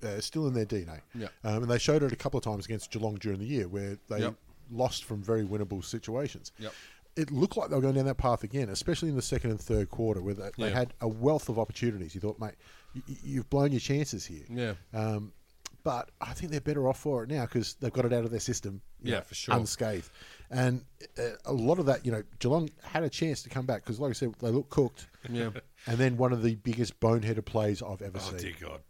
Speaker 1: Uh, still in their DNA,
Speaker 2: Yeah.
Speaker 1: Um, and they showed it a couple of times against Geelong during the year, where they
Speaker 2: Yep.
Speaker 1: lost from very winnable situations.
Speaker 2: Yep.
Speaker 1: It looked like they were going down that path again, especially in the second and third quarter, where they, they
Speaker 2: Yeah.
Speaker 1: had a wealth of opportunities. You thought, mate, you, you've blown your chances here.
Speaker 2: Yeah.
Speaker 1: Um, but I think they're better off for it now because they've got it out of their system. you
Speaker 2: Yeah,
Speaker 1: know,
Speaker 2: for sure.
Speaker 1: Unscathed, and uh, a lot of that, you know, Geelong had a chance to come back because, like I said, they looked cooked.
Speaker 2: Yeah.
Speaker 1: And then one of the biggest boneheaded plays I've ever
Speaker 3: Oh
Speaker 1: seen
Speaker 3: dear God!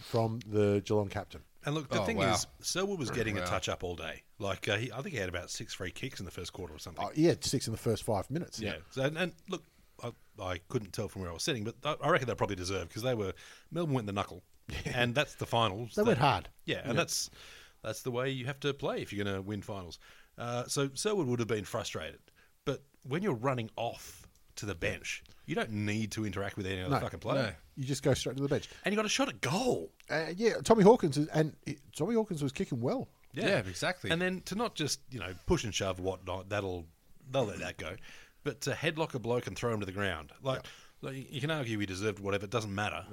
Speaker 1: from the Geelong captain.
Speaker 3: And look, the
Speaker 2: Oh,
Speaker 3: thing
Speaker 2: wow.
Speaker 3: is, Selwood was getting a
Speaker 2: Wow.
Speaker 3: touch up all day. Like uh, he, I think he had about six free kicks in the first quarter or something.
Speaker 1: Oh, he had six in the first five minutes.
Speaker 3: Yeah. So, and, and look, I, I couldn't tell from where I was sitting, but I, I reckon they probably deserved because they were Melbourne went the knuckle, and that's the finals.
Speaker 1: They went
Speaker 3: That-
Speaker 1: hard.
Speaker 3: Yeah, and that's that's the way you have to play if you're going to win finals. Uh, so Selwood would have been frustrated, but when you're running off to the bench, you don't need to interact with any other
Speaker 1: No,
Speaker 3: fucking player,
Speaker 1: You just go straight to the bench.
Speaker 3: and you got a shot at goal.
Speaker 1: Uh, yeah, Tommy Hawkins is, and it, Tommy Hawkins was kicking well.
Speaker 2: Yeah, exactly.
Speaker 3: And then to not just you know push and shove whatnot, that'll they'll let that go, but to headlock a bloke and throw him to the ground, like, like, you can argue he deserved whatever, it doesn't matter.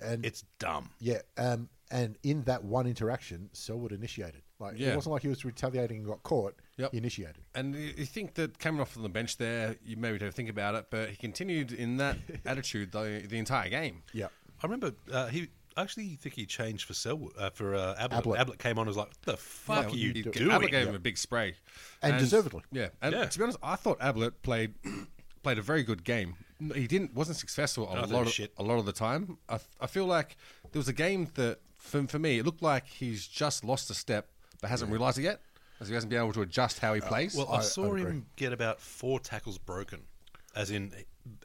Speaker 1: And-
Speaker 3: it's dumb.
Speaker 1: Yeah, um, and in that one interaction, Selwood initiated. Like it
Speaker 2: Yeah.
Speaker 1: wasn't like he was retaliating and got caught.
Speaker 2: Yep.
Speaker 1: He initiated.
Speaker 2: And you you think that coming off on the bench there, you maybe don't think about it, but he continued in that attitude the, the entire game.
Speaker 1: Yeah,
Speaker 3: I remember uh, he I actually think he changed for Selwood uh, for uh, Ablett.
Speaker 1: Ablett.
Speaker 3: Ablett. came on and was like, "The fuck are you
Speaker 2: he-
Speaker 3: doing?"
Speaker 2: Ablett gave him a big spray,
Speaker 1: And deservedly.
Speaker 2: Yeah, and
Speaker 3: Yeah.
Speaker 2: to be honest, I thought Ablett played played a very good game No, he didn't. Wasn't successful
Speaker 3: Oh,
Speaker 2: a
Speaker 3: that
Speaker 2: lot. Of,
Speaker 3: shit.
Speaker 2: A lot of the time, I, f- I feel like there was a game that for, for me it looked like he's just lost a step but hasn't realised it yet, as he hasn't been able to adjust how he plays.
Speaker 3: Well, I, saw him get about four tackles broken, as in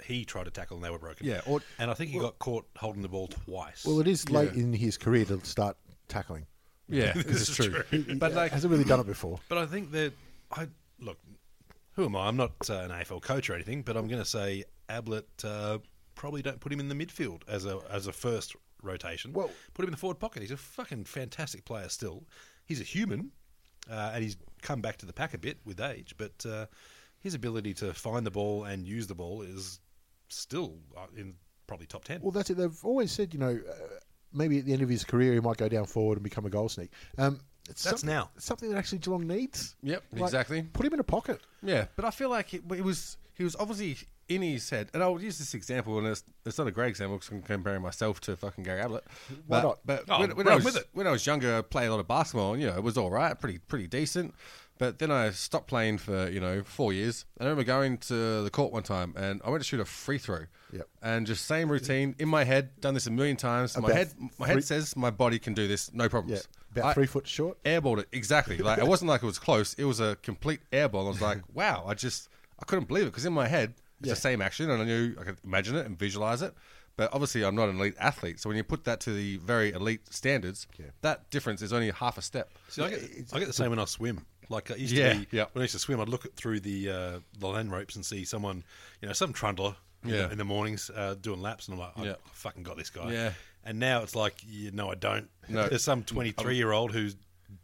Speaker 3: he tried to tackle and they were broken.
Speaker 2: Yeah, or-
Speaker 3: and I think he got caught holding the ball twice.
Speaker 1: Well, it is late in his career to start tackling.
Speaker 2: yeah, this is true.
Speaker 1: But like, hasn't really done it before.
Speaker 3: But I think that I look. Who am I? I'm not uh, an AFL coach or anything, but I'm going to say Ablett uh, probably don't put him in the midfield as a as a first rotation.
Speaker 1: Well-
Speaker 3: put him in the forward pocket. He's a fucking fantastic player still. He's a human, uh, and he's come back to the pack a bit with age. But uh, his ability to find the ball and use the ball is still uh, in probably top ten.
Speaker 1: Well, that's it. They've always said, you know, uh, maybe at the end of his career he might go down forward and become a goal sneak. Um, it's
Speaker 3: That's
Speaker 1: something-
Speaker 3: now.
Speaker 1: something that actually Geelong needs.
Speaker 2: Yep, exactly.
Speaker 1: Put him in a pocket.
Speaker 2: Yeah, but I feel like it, it was he was obviously in his head, and I'll use this example, and it's, it's not a great example because I'm comparing myself to fucking Gary Ablett.
Speaker 1: Why
Speaker 2: but,
Speaker 1: not?
Speaker 2: But
Speaker 3: Oh,
Speaker 2: when, when I
Speaker 3: run
Speaker 2: was,
Speaker 3: with it.
Speaker 2: when I was younger, I played a lot of basketball, and you know it was all right, pretty pretty decent. But then I stopped playing for you know four years. I remember going to the court one time, and I went to shoot a free throw.
Speaker 1: Yep.
Speaker 2: And just same routine in my head, done this a million times. my
Speaker 1: About
Speaker 2: head, my
Speaker 1: three-
Speaker 2: head says my body can do this, no
Speaker 1: Yeah,
Speaker 2: problems.
Speaker 1: about
Speaker 2: I-
Speaker 1: three foot short.
Speaker 2: airballed it exactly. Like it wasn't like it was close. It was a complete airball. I was like, wow. I just I couldn't believe it because in my head it's the same action, and I knew I could imagine it and visualize it. But obviously, I'm not an elite athlete, so when you put that to the very elite standards, that difference is only half a step.
Speaker 3: See, I get, I get the same when I swim. Like I used
Speaker 2: Yeah,
Speaker 3: to be,
Speaker 2: yeah.
Speaker 3: when I used to swim, I'd look at- through the uh, the land ropes and see someone, you know, some trundler, you
Speaker 2: Yeah.
Speaker 3: know, in the mornings uh, doing laps, and I'm like, I,
Speaker 2: Yeah.
Speaker 3: I fucking got this guy.
Speaker 2: Yeah.
Speaker 3: And now it's like, you know, I don't.
Speaker 2: No.
Speaker 3: There's some 23 year old who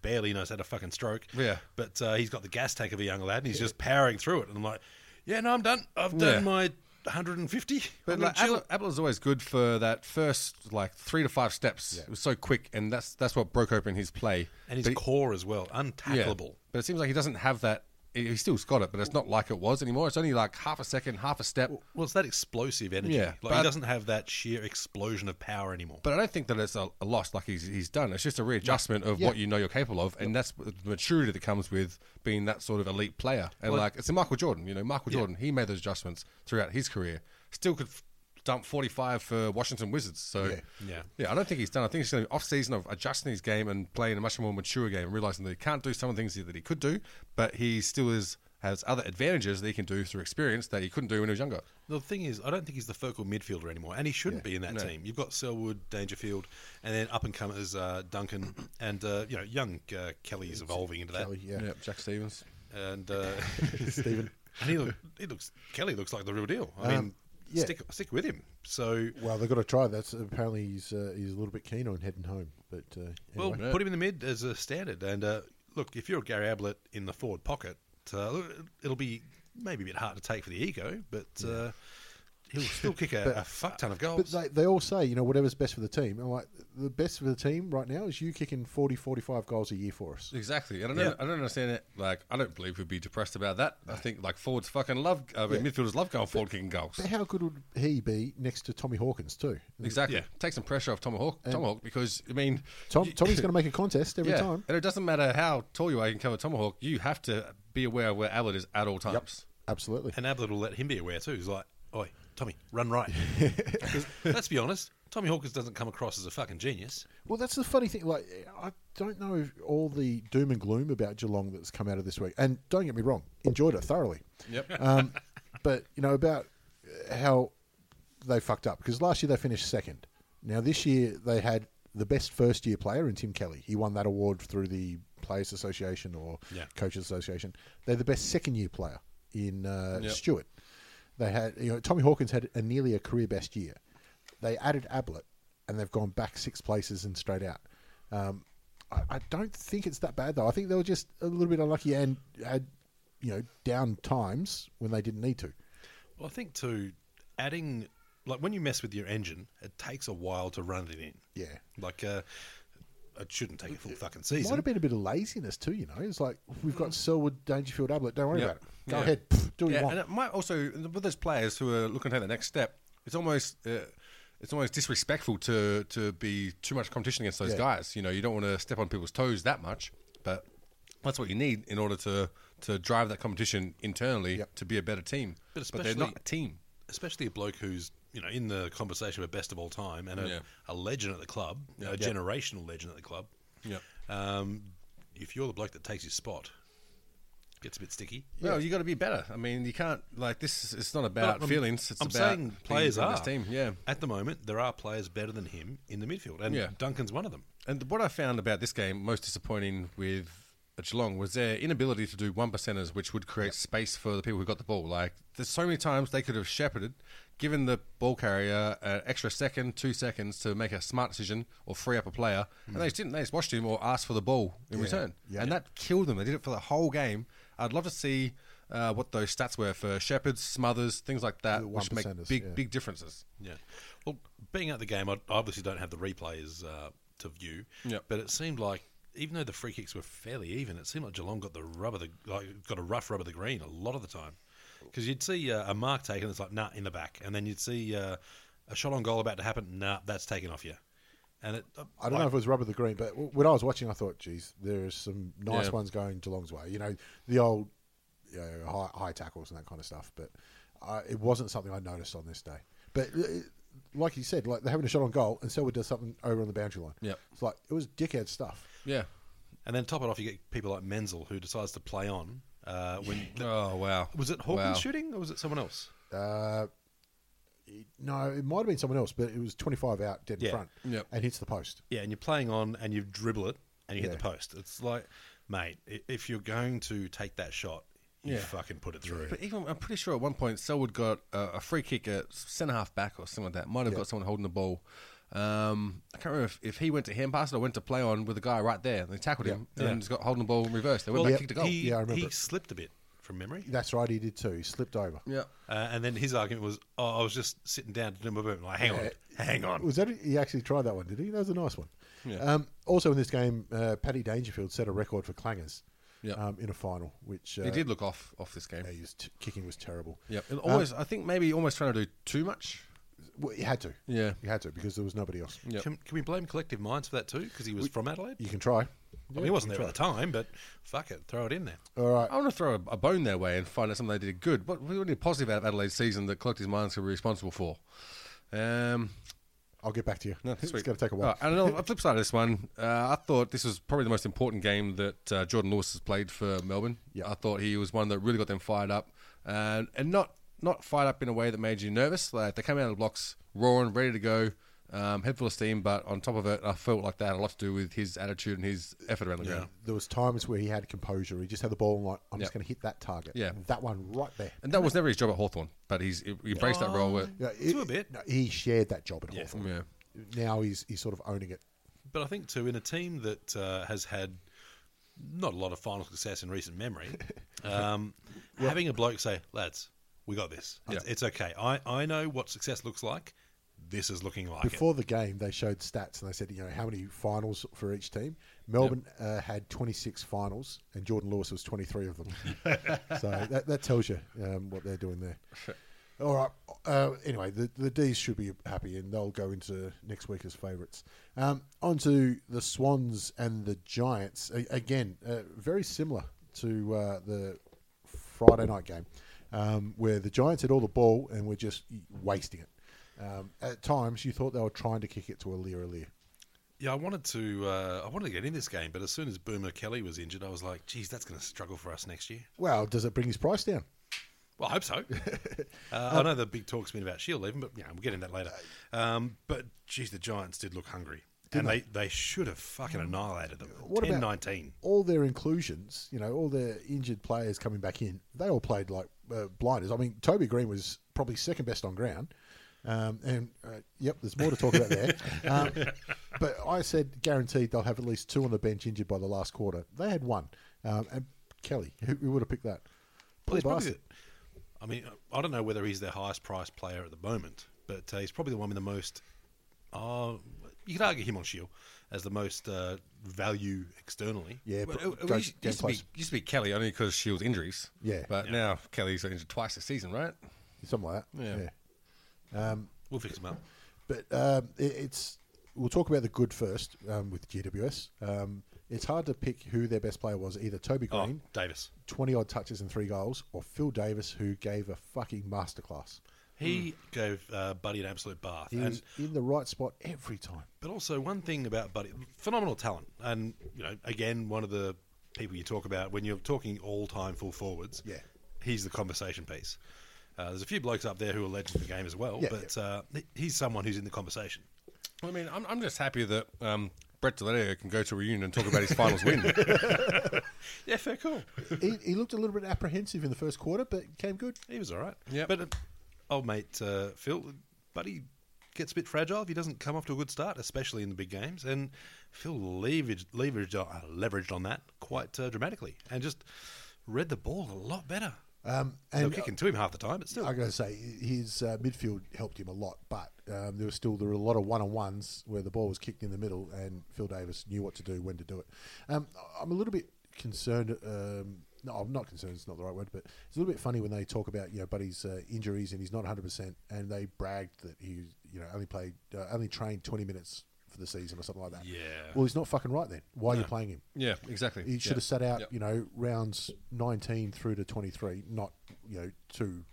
Speaker 3: barely knows how to fucking stroke.
Speaker 2: Yeah.
Speaker 3: But uh, he's got the gas tank of a young lad, and he's just powering through it. And I'm like, yeah, no, I'm done. I've done
Speaker 2: Yeah.
Speaker 3: my 150.
Speaker 2: But
Speaker 3: I'm
Speaker 2: like,
Speaker 3: gonna chill.
Speaker 2: Apple, Apple is always good for that first like three to five steps. It was so quick, and that's that's what broke open his play. But
Speaker 3: and his
Speaker 2: he-
Speaker 3: core as well,
Speaker 2: Yeah.
Speaker 3: untackleable.
Speaker 2: But it seems like he doesn't have that. He he still's got it, but it's not like it was anymore. It's only like half a second, half a step.
Speaker 3: Well, it's that explosive energy.
Speaker 2: Yeah,
Speaker 3: like
Speaker 2: but-
Speaker 3: he doesn't have that sheer explosion of power anymore.
Speaker 2: But I don't think that it's a, a loss like he's, he's done. It's just a readjustment of what you know you're capable of, and that's the maturity that comes with being that sort of elite player. And like it's a Michael Jordan, you know, Michael Jordan, he made those adjustments throughout his career. Still could f- dump 45 for Washington Wizards. So yeah.
Speaker 3: Yeah.
Speaker 2: I don't think he's done. I think it's going to be off season of adjusting his game and playing a much more mature game and realizing that he can't do some of the things that he could do, but he still is has other advantages that he can do through experience that he couldn't do when he was younger.
Speaker 3: the thing is, I don't think he's the focal midfielder anymore, and he shouldn't be in that team. You've got Selwood, Dangerfield, and then up and comers uh, Duncan, and uh, you know young uh, Kelly's evolving into that.
Speaker 1: Kelly, yeah.
Speaker 2: Yep, Jack Stevens.
Speaker 3: And uh,
Speaker 1: Stephen. Um,
Speaker 3: and he, look, he looks Kelly looks like the real deal. I mean,
Speaker 1: yeah.
Speaker 3: stick stick with him. So
Speaker 1: Well, they've got to try. That's apparently he's uh, he's a little bit keen on heading home. But uh, anyway.
Speaker 3: Well, put him in the mid as a standard. And uh, look, if you're Gary Ablett in the forward pocket, uh, look, it'll be maybe a bit hard to take for the ego, but uh, he'll still kick a, a fuck ton of
Speaker 1: But
Speaker 3: goals.
Speaker 1: they, they all say, you know, whatever's best for the team. I'm like, the best for the team right now is you kicking 40, 45 goals a year for us.
Speaker 2: Exactly, and I don't, I don't understand it. Like, I don't believe we'd be depressed about that. I think like forwards fucking love. uh, I mean, midfielders love going forward kicking goals.
Speaker 1: But how good would he be next to Tommy Hawkins, too?
Speaker 2: Exactly, take some pressure off Tomahawk. Tomahawk because I mean,
Speaker 1: Tom,
Speaker 2: you-
Speaker 1: Tommy's going to make a contest every
Speaker 2: yeah,
Speaker 1: time.
Speaker 2: and it doesn't matter how tall you are, you can cover Tomahawk. You have to be aware of where Ablett is at all times.
Speaker 1: Absolutely.
Speaker 3: and Ablett will let him be aware too. He's like, oi, Tommy, run right. 'Cause let's be honest, Tommy Hawkins doesn't come across as a fucking genius.
Speaker 1: Well, that's the funny thing. Like, I don't know if all the doom and gloom about Geelong that's come out of this week. And don't get me wrong, enjoyed it thoroughly. Yep. Um, but you know about uh, how they fucked up because last year they finished second. Now this year they had the best first year player in Tim Kelly. He won that award through the Players Association or
Speaker 3: Yeah.
Speaker 1: Coaches Association. They're the best second year player in uh,
Speaker 2: Yep.
Speaker 1: Stewart. They had you know Tommy Hawkins had a nearly a career best year. They added Ablett, and they've gone back six places and straight out. Um, I, I don't think it's that bad though. I think they were just a little bit unlucky and had you know down times when they didn't need to.
Speaker 3: Well, I think too, adding like when you mess with your engine, it takes a while to run it in.
Speaker 1: Yeah.
Speaker 3: Like, uh, it shouldn't take a full fucking
Speaker 1: Might
Speaker 3: season.
Speaker 1: have been a bit of laziness too. You know, it's like we've got Selwood, Dangerfield, Ablett. Don't worry
Speaker 2: Mm. Yeah.
Speaker 1: about it. Go
Speaker 2: Yeah.
Speaker 1: ahead, pff, do what you
Speaker 2: Yeah, and
Speaker 1: want.
Speaker 2: it might also with those players who are looking to take the next step. It's almost uh, it's almost disrespectful to to be too much competition against those
Speaker 1: Yeah.
Speaker 2: guys. You know, you don't want to step on people's toes that much, but that's what you need in order to to drive that competition internally
Speaker 1: Yep.
Speaker 2: to be a better team.
Speaker 3: But
Speaker 2: they're not
Speaker 3: especially-
Speaker 2: a team.
Speaker 3: especially a bloke who's you know in the conversation with best of all time and a,
Speaker 2: Yeah.
Speaker 3: a legend at the club, you know, a generational legend at the club.
Speaker 2: Yep.
Speaker 3: Um, if you're the bloke that takes his spot, gets a bit sticky.
Speaker 2: Well, you got to be better. I mean, you can't like this. Is, it's not about
Speaker 3: No, I'm-
Speaker 2: feelings. It's
Speaker 3: I'm
Speaker 2: about
Speaker 3: saying
Speaker 2: being
Speaker 3: players
Speaker 2: good on
Speaker 3: are
Speaker 2: this team. Yeah.
Speaker 3: At the moment, there are players better than him in the midfield, and
Speaker 2: Yeah.
Speaker 3: Duncan's one of them.
Speaker 2: And what I found about this game most disappointing with Geelong was their inability to do one percenters, which would create space for the people who got the ball. Like there's so many times they could have shepherded, given the ball carrier an extra second, two seconds to make a smart decision or free up a player,
Speaker 1: Hmm.
Speaker 2: and they just didn't. They just watched him or asked for the ball in return, and that killed them. They did it for the whole game. I'd love to see. Uh, what those stats were for Shepherds, Smothers, things like that,
Speaker 1: The
Speaker 2: which make
Speaker 1: 1%ers,
Speaker 2: big,
Speaker 1: yeah.
Speaker 2: big differences.
Speaker 3: Yeah. Well, being at the game, I obviously don't have the replays uh, to view.
Speaker 2: Yep.
Speaker 3: But it seemed like, even though the free kicks were fairly even, it seemed like Geelong got the rubber, the, like got a rough rub of the green a lot of the time. Because you'd see uh, a mark taken, it's like nah in the back, and then you'd see uh, a shot on goal about to happen, nah that's taken off you. And it,
Speaker 1: I don't know if it was rubber the green, but w- when I was watching, I thought, geez, there's some nice
Speaker 2: Yeah.
Speaker 1: ones going Geelong's way. You know, the old you know, high, high tackles and that kind of stuff. But uh, it wasn't something I noticed on this day. But uh, like you said, like they're having a shot on goal, and Selwood does something over on the boundary line.
Speaker 2: Yep.
Speaker 1: it's like it was dickhead stuff.
Speaker 2: Yeah.
Speaker 3: and then top it off, you get people like Menzel who decides to play on. Uh, when
Speaker 2: Oh wow.
Speaker 3: was it Hawkins
Speaker 2: Wow.
Speaker 3: shooting or was it someone else?
Speaker 1: Uh, it- no, it might have been someone else, but it was 25 out dead
Speaker 3: Yeah.
Speaker 1: in front
Speaker 2: Yep.
Speaker 1: and hits the post.
Speaker 3: Yeah, and you're playing on and you dribble it and you
Speaker 1: Yeah.
Speaker 3: hit the post. It's like, mate, i- if you're going to take that shot, you fucking put it through.
Speaker 2: But even I'm pretty sure at one point Selwood got a, a free kick at centre half back or something like that. Might have got someone holding the ball. Um, I can't remember if, if he went to hand pass it or went to play on with a guy right there. And they tackled him and then just got holding the ball in reverse. They went back, kicked a goal.
Speaker 3: He,
Speaker 1: Yeah, I remember
Speaker 3: he
Speaker 1: it.
Speaker 3: slipped a bit from memory.
Speaker 1: That's right, he did too. He slipped over.
Speaker 2: yeah.
Speaker 3: Uh, and then his argument was, oh, I was just sitting down to do my boot. Like, hang on, hang on.
Speaker 1: Was that he actually tried that one? Did he? That was a nice one. Um, also in this game, uh, Paddy Dangerfield set a record for clangers
Speaker 2: Yeah.
Speaker 1: um, in a final, which uh,
Speaker 2: He did look off off this game.
Speaker 1: yeah, Um, his t- kicking was terrible.
Speaker 2: Yeah. And Always, I think maybe almost trying to do too much.
Speaker 1: Well, he had to.
Speaker 2: Yeah.
Speaker 1: he had to because there was nobody else.
Speaker 2: Yep.
Speaker 3: Can, can we blame Collective Minds for that too? Because he was from Adelaide?
Speaker 1: You can try.
Speaker 3: I mean, he wasn't there at the time, but fuck it, throw it in there.
Speaker 1: All right.
Speaker 2: I want to throw a, a bone their way and find out something they did good. What we need positive out of Adelaide's season that Collective Minds could be responsible for. Um,
Speaker 1: I'll get back to you.
Speaker 2: No,
Speaker 1: it's
Speaker 2: sweet.
Speaker 1: going to take a while.
Speaker 2: Alright, and on the flip side of this one, uh, I thought this was probably the most important game that uh, Jordan Lewis has played for Melbourne.
Speaker 1: Yeah.
Speaker 2: I thought he was one that really got them fired up, and and not not fired up in a way that made you nervous. Like they came out of the blocks roaring, ready to go, um, head full of steam. But on top of it, I felt like that had a lot to do with his attitude and his effort around the ground.
Speaker 1: There was times where he had composure. He just had the ball and like, I'm just going to hit that target.
Speaker 2: Yeah.
Speaker 1: that one right there.
Speaker 2: And that was never his job at Hawthorn, but he's he embraced that role. Where,
Speaker 1: Yeah, it-
Speaker 3: To a bit.
Speaker 1: no, he shared that job at Hawthorn.
Speaker 2: yeah.
Speaker 1: Now he's he's sort of owning it.
Speaker 3: But I think too, in a team that uh, has had not a lot of final success in recent memory, um, having a bloke say, "Lads, we got this. It's,
Speaker 2: Yeah.
Speaker 3: it's okay. I, I know what success looks like. This is looking like
Speaker 1: Before the game, they showed stats and they said, you know, how many finals for each team. Melbourne uh, had 26 finals, and Jordan Lewis was 23 of them. so that, that tells you um, what they're doing there. All right. Uh, anyway, the, the D's should be happy, and they'll go into next week as favourites. Um, on to the Swans and the Giants. A- again, uh, very similar to uh, the Friday night game, um, where the Giants had all the ball and were just wasting it. Um, at times, you thought they were trying to kick it to Alir Alir.
Speaker 3: it. Yeah, I wanted to. Uh, I wanted to get in this game, but as soon as Boomer Kelly was injured, I was like, "Geez, that's going to struggle for us next year."
Speaker 1: Well, does it bring his price down?
Speaker 3: Well, I hope so. uh,
Speaker 1: Um,
Speaker 3: I know the big talk's been about Shield even, but yeah, we'll get into that later. Um, but geez, the Giants did look hungry, and they, they should have fucking annihilated them.
Speaker 1: What
Speaker 3: 10
Speaker 1: about
Speaker 3: 19.
Speaker 1: all their inclusions? You know, all their injured players coming back in. They all played like uh, blinders. I mean, Toby Green was probably second best on ground. Um, and uh, yep, there's more to talk about there. Um, but I said guaranteed they'll have at least two on the bench injured by the last quarter. They had one. Um, and Kelly, who, who would have picked that?
Speaker 3: Well,
Speaker 1: Poor
Speaker 3: he's probably
Speaker 1: bastard.
Speaker 3: the- I mean, I don't know whether he's their highest priced player at the moment, but uh, he's probably the one with the most. Uh, you could argue him on Shield as the most uh, value externally. uh,
Speaker 1: Yeah,
Speaker 2: Well,
Speaker 1: but
Speaker 2: it- it
Speaker 1: go-
Speaker 2: used,
Speaker 1: go
Speaker 2: used to be,
Speaker 1: close.
Speaker 2: used to be Kelly only because Shields injuries.
Speaker 1: Yeah.
Speaker 2: But now Kelly's injured twice this season, right?
Speaker 1: something like that.
Speaker 2: Yeah.
Speaker 1: yeah.
Speaker 3: We'll fix him up.
Speaker 1: But um, it, it's we'll talk about the good first um, with GWS. Um, it's hard to pick who their best player was. Either Toby
Speaker 3: Oh,
Speaker 1: Green,
Speaker 3: Davis.
Speaker 1: twenty odd touches and three goals, or Phil Davis, who gave a fucking masterclass.
Speaker 3: He gave uh, Buddy an absolute bath.
Speaker 1: He
Speaker 3: and
Speaker 1: was in the right spot every time.
Speaker 3: But also one thing about Buddy, phenomenal talent, and you know, again, one of the people you talk about when you're talking all-time full forwards.
Speaker 1: Yeah.
Speaker 3: he's the conversation piece. Uh, there's a few blokes up there who are legends of the game as well,
Speaker 1: Yeah,
Speaker 3: but Uh, he's someone who's in the conversation.
Speaker 2: Well, I mean, I'm, I'm just happy that um, Brett Deletto can go to a reunion and talk about his finals win.
Speaker 3: Yeah, fair cool.
Speaker 1: he, he looked a little bit apprehensive in the first quarter, but came good.
Speaker 3: he was all right.
Speaker 2: Yep.
Speaker 3: but uh, old mate uh, Phil, Buddy gets a bit fragile if he doesn't come off to a good start, especially in the big games. And Phil leveraged leveraged on, uh, leveraged on that quite uh, dramatically, and just read the ball a lot better.
Speaker 1: Um,
Speaker 3: They were
Speaker 1: and
Speaker 3: kicking to him half the time, but still.
Speaker 1: I got to say, his uh, midfield helped him a lot, but um, there was still there were a lot of one on ones where the ball was kicked in the middle, and Phil Davis knew what to do when to do it. Um, I'm a little bit concerned. Um, no, I'm not concerned. It's not the right word, but it's a little bit funny when they talk about you know Buddy's uh, injuries and he's not 100, percent and they bragged that he you know only played uh, only trained 20 minutes for the season or something like that.
Speaker 3: Yeah.
Speaker 1: Well, he's not fucking right then. Why are you playing him?
Speaker 2: yeah, exactly.
Speaker 1: He should
Speaker 2: Yeah.
Speaker 1: have sat out,
Speaker 2: Yeah.
Speaker 1: you know, rounds 19 through to 23, not, you know, two.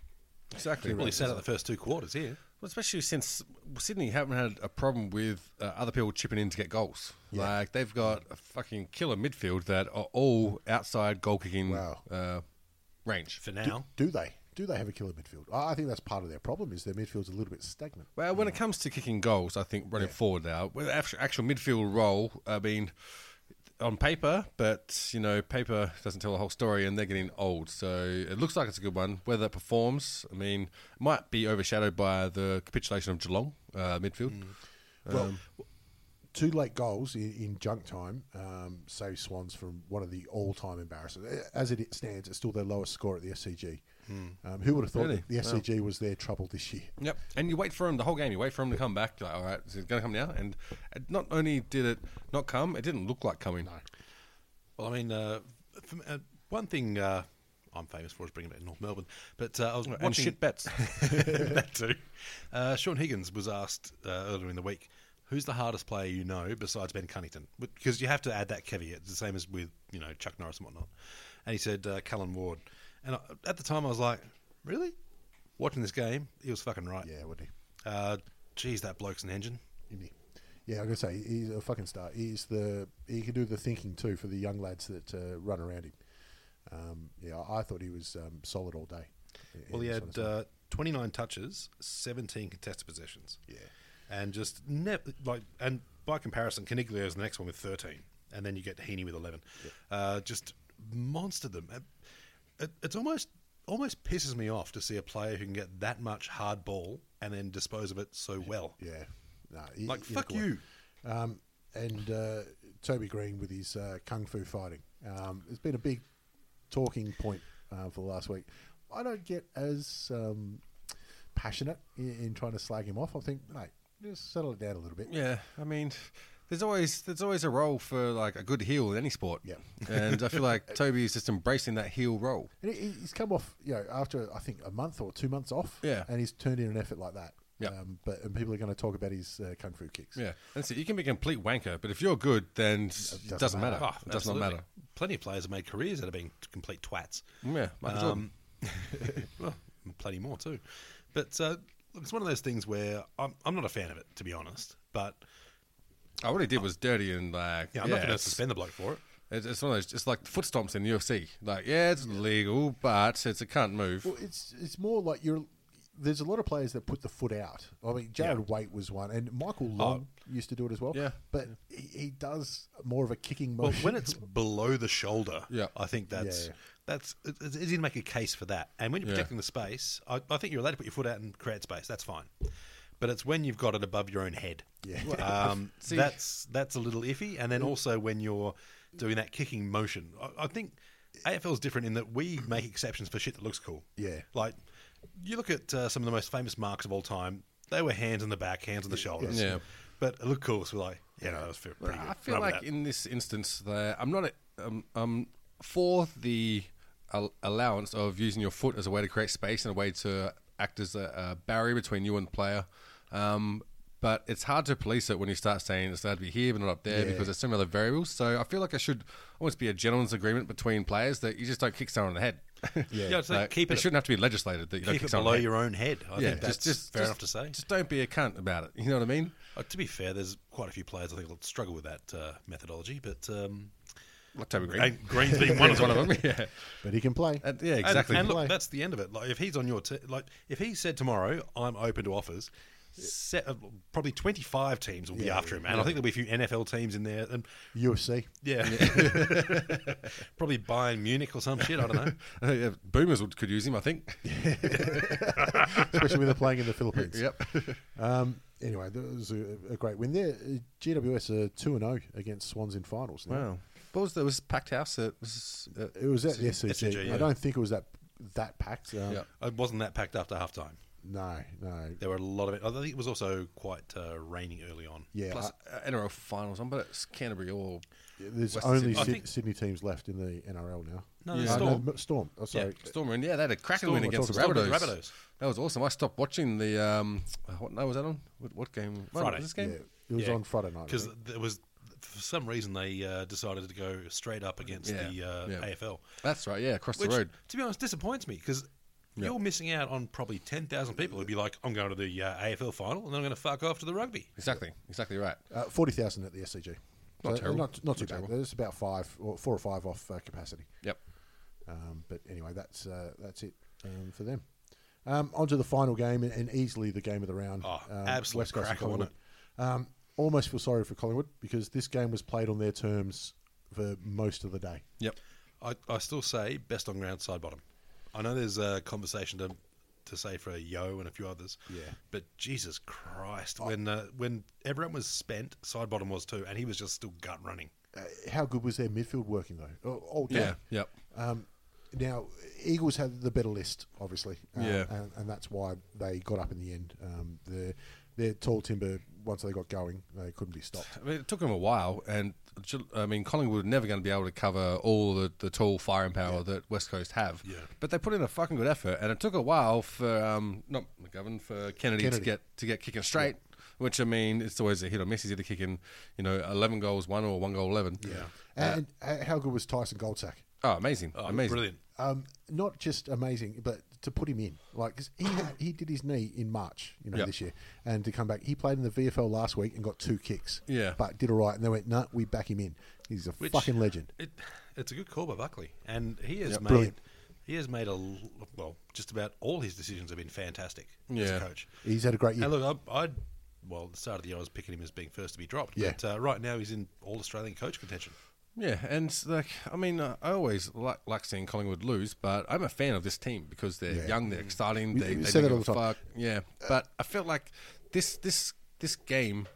Speaker 2: Exactly.
Speaker 3: Well, he sat out the first two quarters here.
Speaker 2: Well, especially since Sydney haven't had a problem with uh, other people chipping in to get goals. Like they've got a fucking killer midfield that are all outside goal kicking
Speaker 1: Wow.
Speaker 2: uh, range.
Speaker 3: For now,
Speaker 1: Do they? Do they have a killer midfield? I I think that's part of their problem is their midfield's a little bit stagnant.
Speaker 2: Well, when it comes to kicking goals, I think running forward now, with actual, actual midfield role, I mean, on paper, but you know, paper doesn't tell the whole story, and they're getting old. So it looks like it's a good one. Whether it performs, I mean, might be overshadowed by the capitulation of Geelong uh, midfield.
Speaker 1: Well,
Speaker 3: Um,
Speaker 1: two late goals in, in junk time um, save Swans from one of the all-time embarrassments. As it stands, it's still their lowest score at the SCG.
Speaker 3: Hmm.
Speaker 1: Um, who would have thought
Speaker 2: Really?
Speaker 1: that the SCG was their trouble this year?
Speaker 2: Yep. And you wait for him the whole game. You wait for him to come back. You're like, all right, is it going to come now? And it- not only did it not come, it didn't look like coming.
Speaker 3: Well, I mean, uh, from, uh, one thing uh, I'm famous for is bringing back North Melbourne, but uh, I was watching
Speaker 2: shit bets.
Speaker 3: that too. Uh, Sean Higgins was asked uh, earlier in the week, "Who's the hardest player you know besides Ben Cunnington?" Because you have to add that caveat, It's the same as with you know Chuck Norris and whatnot. And he said uh, Callan Ward, and I, at the time I was like, "Really?" Watching this game, he was fucking right.
Speaker 1: Yeah, would he?
Speaker 3: Uh, geez, that bloke's an engine.
Speaker 1: Isn't he? Yeah, I'm gonna say he's a fucking star. He's the he can do the thinking too for the young lads that uh, run around him. Um, yeah, I I thought he was um, solid all day. in-
Speaker 3: Well, he
Speaker 1: in this
Speaker 3: had
Speaker 1: one.
Speaker 3: uh, 29 touches, 17 contested possessions. Yeah. And just never, like, and by comparison, Caniglio is the next one with 13. And then you get Heaney with 11. Uh, just monstered them. And It, it's almost, almost pisses me off to see a player who can get that much hard ball and then dispose of it so well.
Speaker 1: yeah, no, he-
Speaker 3: Like,
Speaker 1: he
Speaker 3: fuck
Speaker 1: looked away.
Speaker 3: you.
Speaker 1: Um, and uh, Toby Green with his uh, kung fu fighting. Um, it's been a big talking point uh, for the last week. I don't get as um, passionate in, in trying to slag him off. I think, mate, just settle it down a little bit.
Speaker 2: Yeah. I mean, there's always there's always a role for like a good heel in any sport.
Speaker 1: Yeah.
Speaker 2: And I feel like Toby is just embracing that heel role.
Speaker 1: And he, he's come off, you know, after I think a month or two months off.
Speaker 2: Yeah.
Speaker 1: And he's turned in an effort like that.
Speaker 2: Yeah.
Speaker 1: Um, but and people are going to talk about his uh, kung fu kicks.
Speaker 2: Yeah. That's it. You can be a complete wanker, but if you're good, then it
Speaker 1: doesn't
Speaker 2: doesn't, matter.
Speaker 3: Oh,
Speaker 2: it does not
Speaker 3: absolutely.
Speaker 2: matter. Mm.
Speaker 3: Plenty of players have made careers out of being complete twats.
Speaker 2: Yeah.
Speaker 3: Um,
Speaker 2: Michael Jordan.
Speaker 3: well, plenty more too. But uh, look, it's one of those things where I'm, I'm not a fan of it, to be honest. But
Speaker 2: Oh, what he did was dirty and like.
Speaker 3: yeah, I'm not going to
Speaker 2: it's-
Speaker 3: suspend the bloke for it.
Speaker 2: It's, it's one of those. It's like foot stomps in the UFC. Like, yeah, it's legal, but it's a can't move.
Speaker 1: Well, it's it's more like you're. There's a lot of players that put the foot out. I mean, Jared Waite was one, and Michael Long
Speaker 3: Oh.
Speaker 1: used to do it as well.
Speaker 2: Yeah.
Speaker 1: But He, he does more of a kicking
Speaker 3: Well,
Speaker 1: motion.
Speaker 3: when it's below the shoulder,
Speaker 2: Yeah.
Speaker 3: I think that's
Speaker 1: Yeah.
Speaker 3: that's it's it's easy to make a case for that. And when you're protecting the space, I, I think you're allowed to put your foot out and create space. That's fine. But it's when you've got it above your own head.
Speaker 1: Yeah.
Speaker 3: Um, that's that's a little iffy. And then also when you're doing that kicking motion, I, I think AFL's different in that we make exceptions for shit that looks cool.
Speaker 1: Yeah.
Speaker 3: Like you look at uh, some of the most famous marks of all time. They were hands on the back, hands on the shoulders.
Speaker 2: Yeah.
Speaker 3: But it looked cool, so we're like, yeah, no, that was pretty good.
Speaker 2: I feel
Speaker 3: Run with
Speaker 2: like
Speaker 3: that.
Speaker 2: in this instance, there, I'm not. Um, I'm for the al- allowance of using your foot as a way to create space and a way to act as a, a barrier between you and the player. Um, but it's hard to police it when you start saying it's allowed to be here but not up there because there's so many other variables. So I feel like it should almost be a gentleman's agreement between players that you just don't kick someone on the head.
Speaker 3: Yeah, I'd say
Speaker 2: Like,
Speaker 3: keep it,
Speaker 2: shouldn't have to be legislated that you don't
Speaker 3: keep
Speaker 2: kick
Speaker 3: it
Speaker 2: someone on
Speaker 3: below
Speaker 2: the head.
Speaker 3: your own head. I think that's fair
Speaker 2: just-
Speaker 3: enough to say.
Speaker 2: Just don't be a cunt about it. You know what I mean?
Speaker 3: Uh, to be fair, there's quite a few players I think will struggle with that uh, methodology, but um,
Speaker 2: Like Toby Green.
Speaker 3: and Green's been one of
Speaker 2: He's
Speaker 3: them.
Speaker 2: one of them. Yeah,
Speaker 1: But he can play.
Speaker 2: And- yeah,
Speaker 3: And-
Speaker 2: exactly.
Speaker 3: And, look, that's the end of it. Like if he's on your te- like if he said tomorrow I'm open to offers, set, uh, probably 25 teams will be after him, and I think there'll be a few NFL teams in there, and
Speaker 1: UFC.
Speaker 3: yeah, probably Bayern Munich or some shit. I don't know.
Speaker 2: Uh, yeah, boomers would, could use him, I think.
Speaker 1: especially when they're playing in the Philippines.
Speaker 2: Yep.
Speaker 1: Um, anyway, that was a, a great win there. Uh, GWS are two and zero against Swans in finals. Now.
Speaker 2: What was there? Was packed house? It was. Uh,
Speaker 1: It was at the SCG.
Speaker 3: SCG, yeah.
Speaker 1: I don't think it was that that packed. Um,
Speaker 2: Yeah.
Speaker 3: It wasn't that packed after halftime.
Speaker 1: No, no.
Speaker 3: There were a lot of it. I think it was also quite uh, raining early on.
Speaker 1: Yeah,
Speaker 2: plus
Speaker 1: I-
Speaker 2: uh, NRL finals. I'm but it's Canterbury or
Speaker 1: there's
Speaker 2: Western
Speaker 1: only
Speaker 2: Sydney.
Speaker 3: I
Speaker 1: Syd-
Speaker 3: think-
Speaker 1: Sydney teams left in the NRL now.
Speaker 3: No, there's
Speaker 1: Uh,
Speaker 3: Storm.
Speaker 1: M- Storm. Oh, sorry.
Speaker 2: Stormer. And yeah, they had a cracking
Speaker 3: Storm,
Speaker 2: win
Speaker 3: we're
Speaker 2: against the
Speaker 3: talking
Speaker 2: Rabbitohs.
Speaker 3: Storm, Rabbitohs.
Speaker 2: That was awesome. I stopped watching the. Um, what no was that on? What, what game? What
Speaker 3: Friday.
Speaker 2: Was this game?
Speaker 1: Yeah, it was
Speaker 3: Yeah.
Speaker 1: on Friday night. I
Speaker 3: because
Speaker 1: think.
Speaker 3: there was for some reason they uh, decided to go straight up against
Speaker 2: Yeah,
Speaker 3: the uh,
Speaker 2: yeah.
Speaker 3: AFL,
Speaker 2: That's right. Yeah, across
Speaker 3: which
Speaker 2: the road.
Speaker 3: to be honest disappoints me because. You're missing out on probably 10,000 people who'd be like, I'm going to the uh, AFL final and then I'm going to fuck off to the rugby.
Speaker 2: Exactly. Exactly right.
Speaker 1: uh, forty thousand at the SCG.
Speaker 2: Not
Speaker 1: So,
Speaker 2: terrible.
Speaker 1: Not, not too
Speaker 2: Not
Speaker 1: bad.
Speaker 2: terrible.
Speaker 1: There's about five, or four or five off uh, capacity.
Speaker 2: Yep.
Speaker 1: Um, but anyway, that's uh, that's it um, for them. Um, on to the final game and, and easily the game of the round.
Speaker 3: Oh,
Speaker 1: um,
Speaker 3: absolute
Speaker 1: and
Speaker 3: cracker, wasn't
Speaker 1: Um, almost feel sorry for Collingwood because this game was played on their terms for most of the day.
Speaker 2: Yep.
Speaker 3: I, I still say best on ground side bottom. I know there's a conversation to to say for Yo and a few others.
Speaker 1: Yeah.
Speaker 3: But Jesus Christ, when uh, when everyone was spent, side bottom was too, and he was just still gut running.
Speaker 1: Uh, how good was their midfield working though? Oh, All, all day.
Speaker 2: Yeah. Yep.
Speaker 1: Um, now, Eagles had the better list, obviously. Um,
Speaker 2: Yeah.
Speaker 1: And, and that's why they got up in the end. Um, their their tall timber once they got going, they couldn't be stopped.
Speaker 2: I mean, it took him a while, and Ge- I mean, Collingwood were never going to be able to cover all the, the tall firing power that West Coast have. Yeah. But they put in a fucking good effort, and it took a while for um, not McGovern for Kennedy, to
Speaker 1: Kennedy.
Speaker 2: get to get kicking straight. Which I mean, it's always a hit or miss. He's either kicking, you know, eleven goals one or one goal eleven. Yeah.
Speaker 1: And uh, how good was Tyson Goldsack?
Speaker 2: Oh, amazing!
Speaker 3: Oh,
Speaker 2: amazing!
Speaker 3: Brilliant.
Speaker 1: um, not just amazing, but to put him in, like 'cause he had, he did his knee in March, you know,
Speaker 2: Yeah.
Speaker 1: this year, and to come back, he played in the VFL last week and got two kicks,
Speaker 2: Yeah.
Speaker 1: but did all right, and they went, no, we back him in. He's a
Speaker 3: Which-
Speaker 1: fucking legend.
Speaker 3: It, it's a good call by Buckley, and he has made
Speaker 1: Brilliant.
Speaker 3: he has made a l- well. Just about all his decisions have been fantastic as
Speaker 2: Yeah.
Speaker 3: a coach.
Speaker 1: He's had a great year.
Speaker 3: And look, I, I well, at the start of the year I was picking him as being first to be dropped.
Speaker 1: Yeah.
Speaker 3: But uh, right now he's in all Australian coach contention.
Speaker 2: Yeah, and it's like I mean, uh, I always like like seeing Collingwood lose, but I'm a fan of this team because they're young, they're exciting, they,
Speaker 1: we
Speaker 2: they
Speaker 1: say
Speaker 2: don't
Speaker 1: that
Speaker 2: give
Speaker 1: all the
Speaker 2: a
Speaker 1: time.
Speaker 2: fuck. Yeah, but I felt like this this this game.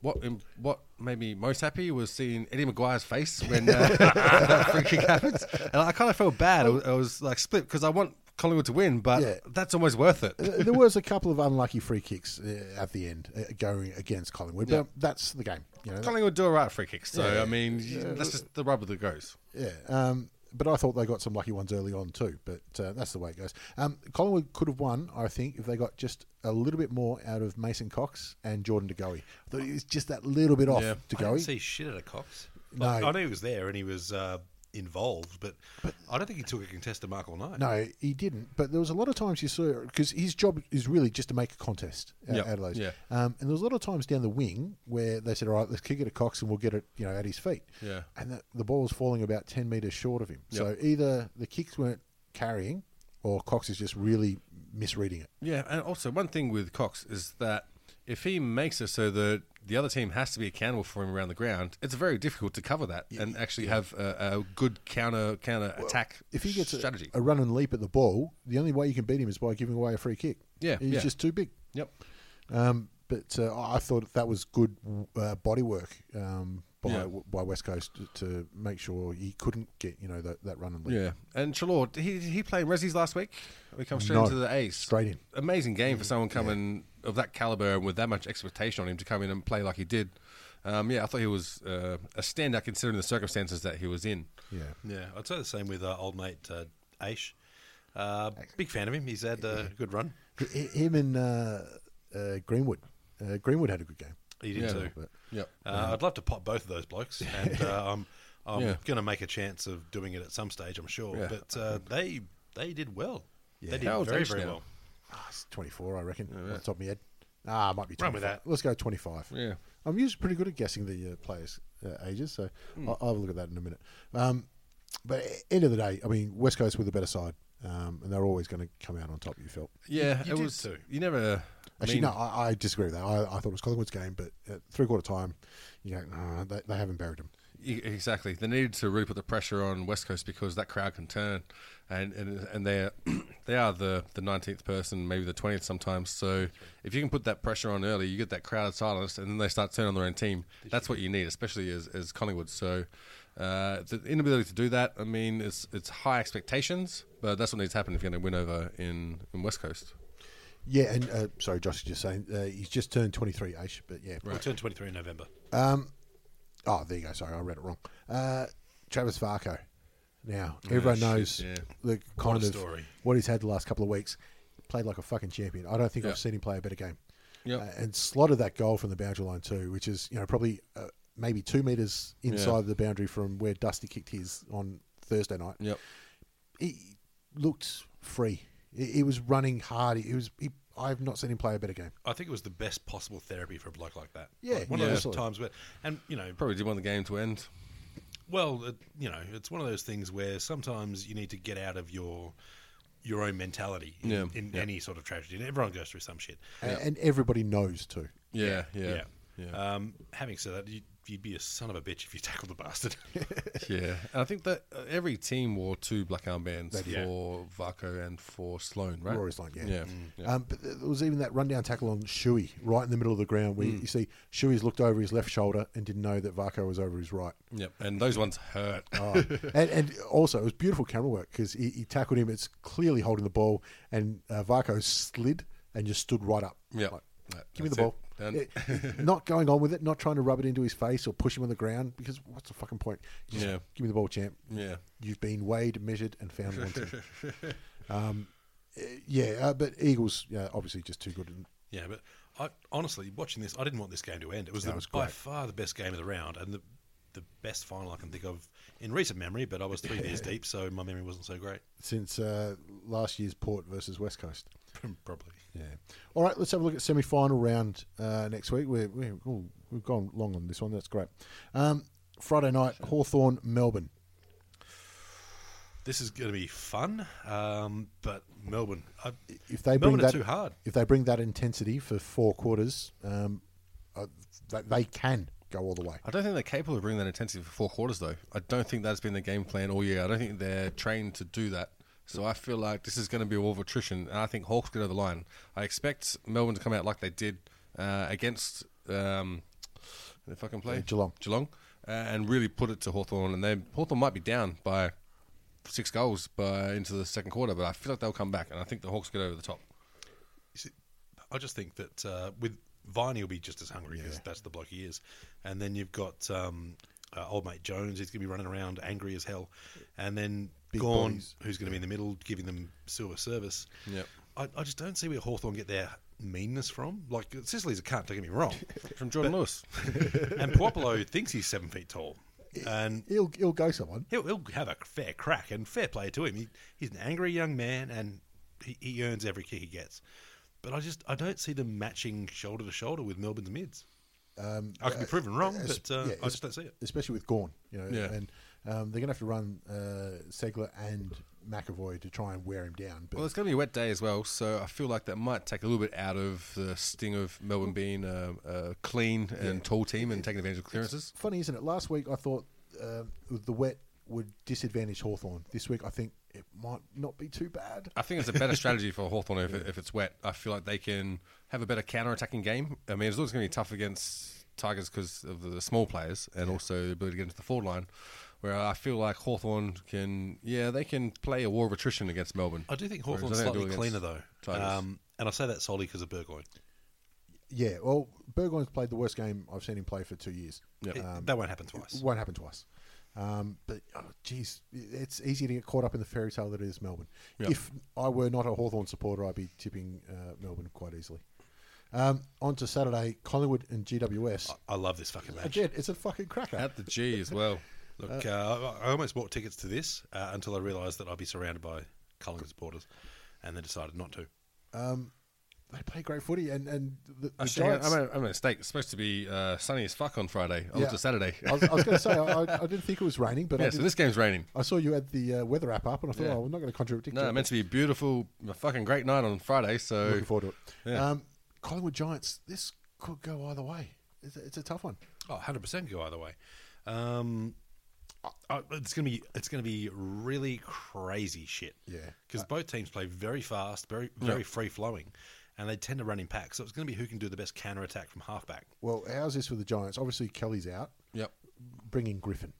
Speaker 2: What um, what made me most happy was seeing Eddie McGuire's face when uh, that free kick happens, and I kind of felt bad. I was, I was like split because I want Collingwood to win, but
Speaker 1: Yeah.
Speaker 2: that's almost worth it.
Speaker 1: Uh, there was a couple of unlucky free kicks uh, at the end uh, going against Collingwood, but that's the game. You know,
Speaker 2: Collingwood do all right free kicks, so I mean that's just the rubber that goes.
Speaker 1: Yeah, um, but I thought they got some lucky ones early on too. But uh, that's the way it goes. Um, Collingwood could have won, I think, if they got just a little bit more out of Mason Cox and Jordan DeGoey. I thought it was just that little bit off
Speaker 2: Yeah.
Speaker 3: I didn't
Speaker 1: DeGoey.
Speaker 3: see shit out of Cox.
Speaker 1: No.
Speaker 3: Like, I know he was there and he was uh, involved, but, I don't think he took a contested mark all night.
Speaker 1: No, he didn't. But there was a lot of times you saw because his job is really just to make a contest o-
Speaker 2: Yep,
Speaker 1: out of those.
Speaker 2: yeah.
Speaker 1: Um, and there was a lot of times down the wing where they said, "All right, let's kick it to Cox and we'll get it, you know, at his feet."
Speaker 2: Yeah.
Speaker 1: And the, the ball was falling about ten meters short of him. So either the kicks weren't carrying, or Cox is just really misreading it.
Speaker 2: Yeah, and also one thing with Cox is that if he makes it so that the other team has to be accountable for him around the ground, it's very difficult to cover that and actually have a, a good counter counter attack
Speaker 1: if he gets a,
Speaker 2: strategy.
Speaker 1: a run and leap at the ball, the only way you can beat him is by giving away a free kick.
Speaker 2: Yeah,
Speaker 1: he's
Speaker 2: yeah.
Speaker 1: just too big.
Speaker 2: yep.
Speaker 1: Um, but uh, I I thought that was good uh, body work um, by
Speaker 2: Yeah.
Speaker 1: by West Coast to, to make sure he couldn't get you know that, that run and leap.
Speaker 2: Yeah, and Chalor, did he did he play in Resi's last week. We come straight
Speaker 1: No,
Speaker 2: into the ace,
Speaker 1: straight in. Mm.
Speaker 2: Amazing game for someone coming of that caliber and with that much expectation on him to come in and play like he did. Um, yeah, I thought he was uh, a standout considering the circumstances that he was in.
Speaker 1: yeah.
Speaker 3: Yeah, I'd say the same with uh, old mate uh, Aish. Uh, big fan of him. He's had a good run.
Speaker 1: H- Him and uh, uh, Greenwood Uh, Greenwood had a good game.
Speaker 3: He did
Speaker 2: Yeah.
Speaker 3: too.
Speaker 1: But-
Speaker 2: Yep.
Speaker 3: Uh, I'd love to pop both of those blokes, and uh, I'm I'm
Speaker 2: Yeah.
Speaker 3: going to make a chance of doing it at some stage, I'm sure.
Speaker 2: Yeah.
Speaker 3: But uh, they they did well. They
Speaker 2: How
Speaker 3: did
Speaker 2: old's
Speaker 3: very
Speaker 2: H
Speaker 3: very
Speaker 2: now?
Speaker 3: well.
Speaker 1: Ah, it's 24, I reckon, off the top of my head. Ah, it might be 25.
Speaker 3: Run with that.
Speaker 1: Let's go 25.
Speaker 2: Yeah.
Speaker 1: I'm usually pretty good at guessing the uh, players' uh, ages, so
Speaker 2: Hmm.
Speaker 1: I'll, I'll have a look at that in a minute. Um, but e- end of the day, I mean, West Coast were the better side, um, and they're always going to come out on top, you felt.
Speaker 2: Yeah,
Speaker 3: you
Speaker 2: it
Speaker 3: did
Speaker 2: was.
Speaker 3: too.
Speaker 2: You never.
Speaker 1: Actually,
Speaker 2: mean,
Speaker 1: no, I, I disagree with that. I, I thought it was Collingwood's game, but at three quarter time, you know, nah, they, they haven't buried them.
Speaker 2: E- Exactly. They needed to really put the pressure on West Coast because that crowd can turn, and and, and they they are the the nineteenth person, maybe the twentieth sometimes. So if you can put that pressure on early, you get that crowd silenced, and then they start turning on their own team. That's what you need, especially as, as Collingwood. So uh, the inability to do that, I mean, it's it's high expectations, but that's what needs to happen if you're going to win over in, in West Coast.
Speaker 1: Yeah, and uh, sorry, Josh is just saying uh, he's just turned 23, Aish, but yeah.
Speaker 3: We turned 23 in November.
Speaker 1: Oh, there you go. Sorry, I read it wrong. Uh, Travis Varco. Now, everyone knows
Speaker 2: Oh, yeah.
Speaker 1: the kind of
Speaker 3: a story.
Speaker 1: what he's had the last couple of weeks. Played like a fucking champion. I don't think
Speaker 2: Yeah.
Speaker 1: I've seen him play a better game.
Speaker 2: Yep.
Speaker 1: Uh, and slotted that goal from the boundary line too, which is you know probably uh, maybe two meters inside the boundary from where Dusty kicked his on Thursday night.
Speaker 2: Yep.
Speaker 1: He looked free. He, he was running hard. He was. He, I've not seen him play a better game.
Speaker 3: I think it was the best possible therapy for a bloke like that.
Speaker 1: Yeah,
Speaker 3: Like, one
Speaker 1: yeah,
Speaker 3: of those
Speaker 1: absolutely.
Speaker 3: times where, and you know,
Speaker 2: Probably did want the game to end.
Speaker 3: well, it, you know, it's one of those things where sometimes you need to get out of your your own mentality in,
Speaker 2: Yeah.
Speaker 3: in any sort of tragedy. And everyone goes through some shit.
Speaker 1: A- And everybody knows too.
Speaker 2: Yeah. Yeah. Uh,
Speaker 3: Yeah.
Speaker 2: yeah.
Speaker 3: Um, having said that, you'd, you'd be a son of a bitch if you tackled the bastard.
Speaker 2: Yeah, and I think that uh, every team wore two black armbands
Speaker 3: did.
Speaker 2: for Varco and for Sloan, right?
Speaker 1: Rory's line, yeah.
Speaker 2: yeah. Mm, yeah.
Speaker 1: Um, but there was even that rundown tackle on Shuey right in the middle of the ground
Speaker 2: Mm.
Speaker 1: where you see Shuey's looked over his left shoulder and didn't know that Varco was over his right.
Speaker 2: Yep, and those ones hurt.
Speaker 1: Oh, and, and also, it was beautiful camera work because he, he tackled him. It's clearly holding the ball, and uh, Varco slid and just stood right up.
Speaker 2: Yep.
Speaker 1: Like,
Speaker 2: That-
Speaker 1: Give me the
Speaker 2: that's
Speaker 1: ball.
Speaker 2: it. Done.
Speaker 1: It- not going on with it, not trying to rub it into his face or push him on the ground because what's the fucking point? Just
Speaker 2: Yeah.
Speaker 1: Give me the ball, champ.
Speaker 2: Yeah.
Speaker 1: You've been weighed, measured, and found wanting. um, eh, yeah, uh, but Eagles, yeah, obviously just too good. And
Speaker 3: Yeah, but I honestly watching this, I didn't want this game to end. It was, the,
Speaker 1: it was
Speaker 3: by
Speaker 1: great.
Speaker 3: far the best game of the round and the the best final I can think of in recent memory. But I was three beers deep, so my memory wasn't so great.
Speaker 1: since uh, last year's Port versus West Coast.
Speaker 3: Probably.
Speaker 1: Yeah. All right, let's have a look at semi final round uh, next week. We're, we're, ooh, we've gone long on this one. That's great. Um, Friday night, Hawthorn, Melbourne.
Speaker 3: This is going to be fun, um, but Melbourne. I,
Speaker 1: If they bring
Speaker 3: Melbourne
Speaker 1: that
Speaker 3: are too hard.
Speaker 1: if they bring that intensity for four quarters, um, uh, they, they can go all the way.
Speaker 2: I don't think they're capable of bringing that intensity for four quarters, though. I don't think that's been the game plan all year. I don't think they're trained to do that. So I feel like this is going to be a war of attrition, and I think Hawks get over the line. I expect Melbourne to come out like they did uh, against um, the fucking play
Speaker 1: Geelong.
Speaker 2: Geelong, uh, and really put it to Hawthorn. And they Hawthorn might be down by six goals by into the second quarter, but I feel like they'll come back, and I think the Hawks get over the top.
Speaker 3: You see, I just think that uh, with Viney will be just as hungry because that's the bloke he is, and then you've got um, uh, old mate Jones. He's going to be running around angry as hell, and then
Speaker 1: Big
Speaker 3: Gorn,
Speaker 1: bodies.
Speaker 3: who's going to be in the middle, giving them silver service.
Speaker 2: Yep.
Speaker 3: I, I just don't see where Hawthorn get their meanness from. Like Sicily's a cunt. Don't get me wrong.
Speaker 2: From Jordan Lewis,
Speaker 3: and Puopolo thinks he's seven feet tall, and
Speaker 1: He'll, he'll go someone.
Speaker 3: he'll, he'll have a fair crack and fair play to him. He, he's an angry young man and he, he earns every kick he gets. But I just I don't see them matching shoulder to shoulder with Melbourne's mids. I could be proven wrong,
Speaker 1: es-
Speaker 3: but uh,
Speaker 1: yeah,
Speaker 3: I
Speaker 1: es-
Speaker 3: just don't see it.
Speaker 1: especially with Gorn. You know,
Speaker 2: Yeah.
Speaker 1: and um, they're going to have to run uh, Segler and McAvoy to try and wear him down. But
Speaker 2: Well, it's going to be a wet day as well, so I feel like that might take a little bit out of the sting of Melbourne being a, a clean and tall team and taking advantage of clearances.
Speaker 1: funny, isn't it? Last week I thought um the wet would disadvantage Hawthorn. This week I think it might not be too bad.
Speaker 2: I think it's a better strategy for Hawthorn if, it if it's wet. I feel like they can have a better counter-attacking game. I mean, it's always going to be tough against Tigers because of the small players and also the ability to get into the forward line, where I feel like Hawthorn can, yeah, they can play a war of attrition against Melbourne.
Speaker 3: I do think
Speaker 2: Whereas
Speaker 3: Hawthorn's
Speaker 2: I think they do
Speaker 3: slightly cleaner,
Speaker 2: against
Speaker 3: though.
Speaker 2: Tigers.
Speaker 3: Um, and I say that solely because of Burgoyne.
Speaker 1: Yeah. Well, Burgoyne's played the worst game I've seen him play for two years.
Speaker 3: It-
Speaker 1: Um,
Speaker 3: that won't happen twice.
Speaker 1: It won't happen twice. Um, but oh, geez, it's easy to get caught up in the fairy tale that is Melbourne. If I were not a Hawthorn supporter, I'd be tipping uh, Melbourne quite easily. Um, on to Saturday, Collingwood and GWS.
Speaker 3: I love this fucking match.
Speaker 1: Again, it's a fucking cracker.
Speaker 2: At the G as well.
Speaker 3: Look, uh, I- I almost bought tickets to this uh, until I realised that I'd be surrounded by Collingwood supporters, and then decided not to.
Speaker 1: they play great footy, and and the, the
Speaker 2: Actually, hang on,
Speaker 1: Giants.
Speaker 2: I made, I made a mistake. It's supposed to be uh, sunny as fuck on Friday. I
Speaker 1: Yeah.
Speaker 2: looked at Oh, Saturday.
Speaker 1: I was, I was going to say I, I, I didn't think it was raining, but I,
Speaker 2: yeah,
Speaker 1: did,
Speaker 2: so this game's raining.
Speaker 1: I saw you had the uh, weather app up, and I thought,
Speaker 2: Yeah.
Speaker 1: oh, we're not going to contradict.
Speaker 2: No,
Speaker 1: each
Speaker 2: it meant to be a beautiful, a fucking great night on Friday. So
Speaker 1: Looking forward to it. Um, Collingwood Giants. This could go either way. It's a, it's a tough one.
Speaker 3: Oh, 100% go either way. Um, I- I- it's gonna be it's gonna be really crazy shit.
Speaker 1: Yeah. Uh,
Speaker 3: because both teams play very fast, very very free flowing, and they tend to run in packs. So it's gonna be who can do the best counter attack from halfback.
Speaker 1: Well, how's this for the Giants? Obviously, Kelly's out.
Speaker 2: Yep.
Speaker 1: Bringing Griffin.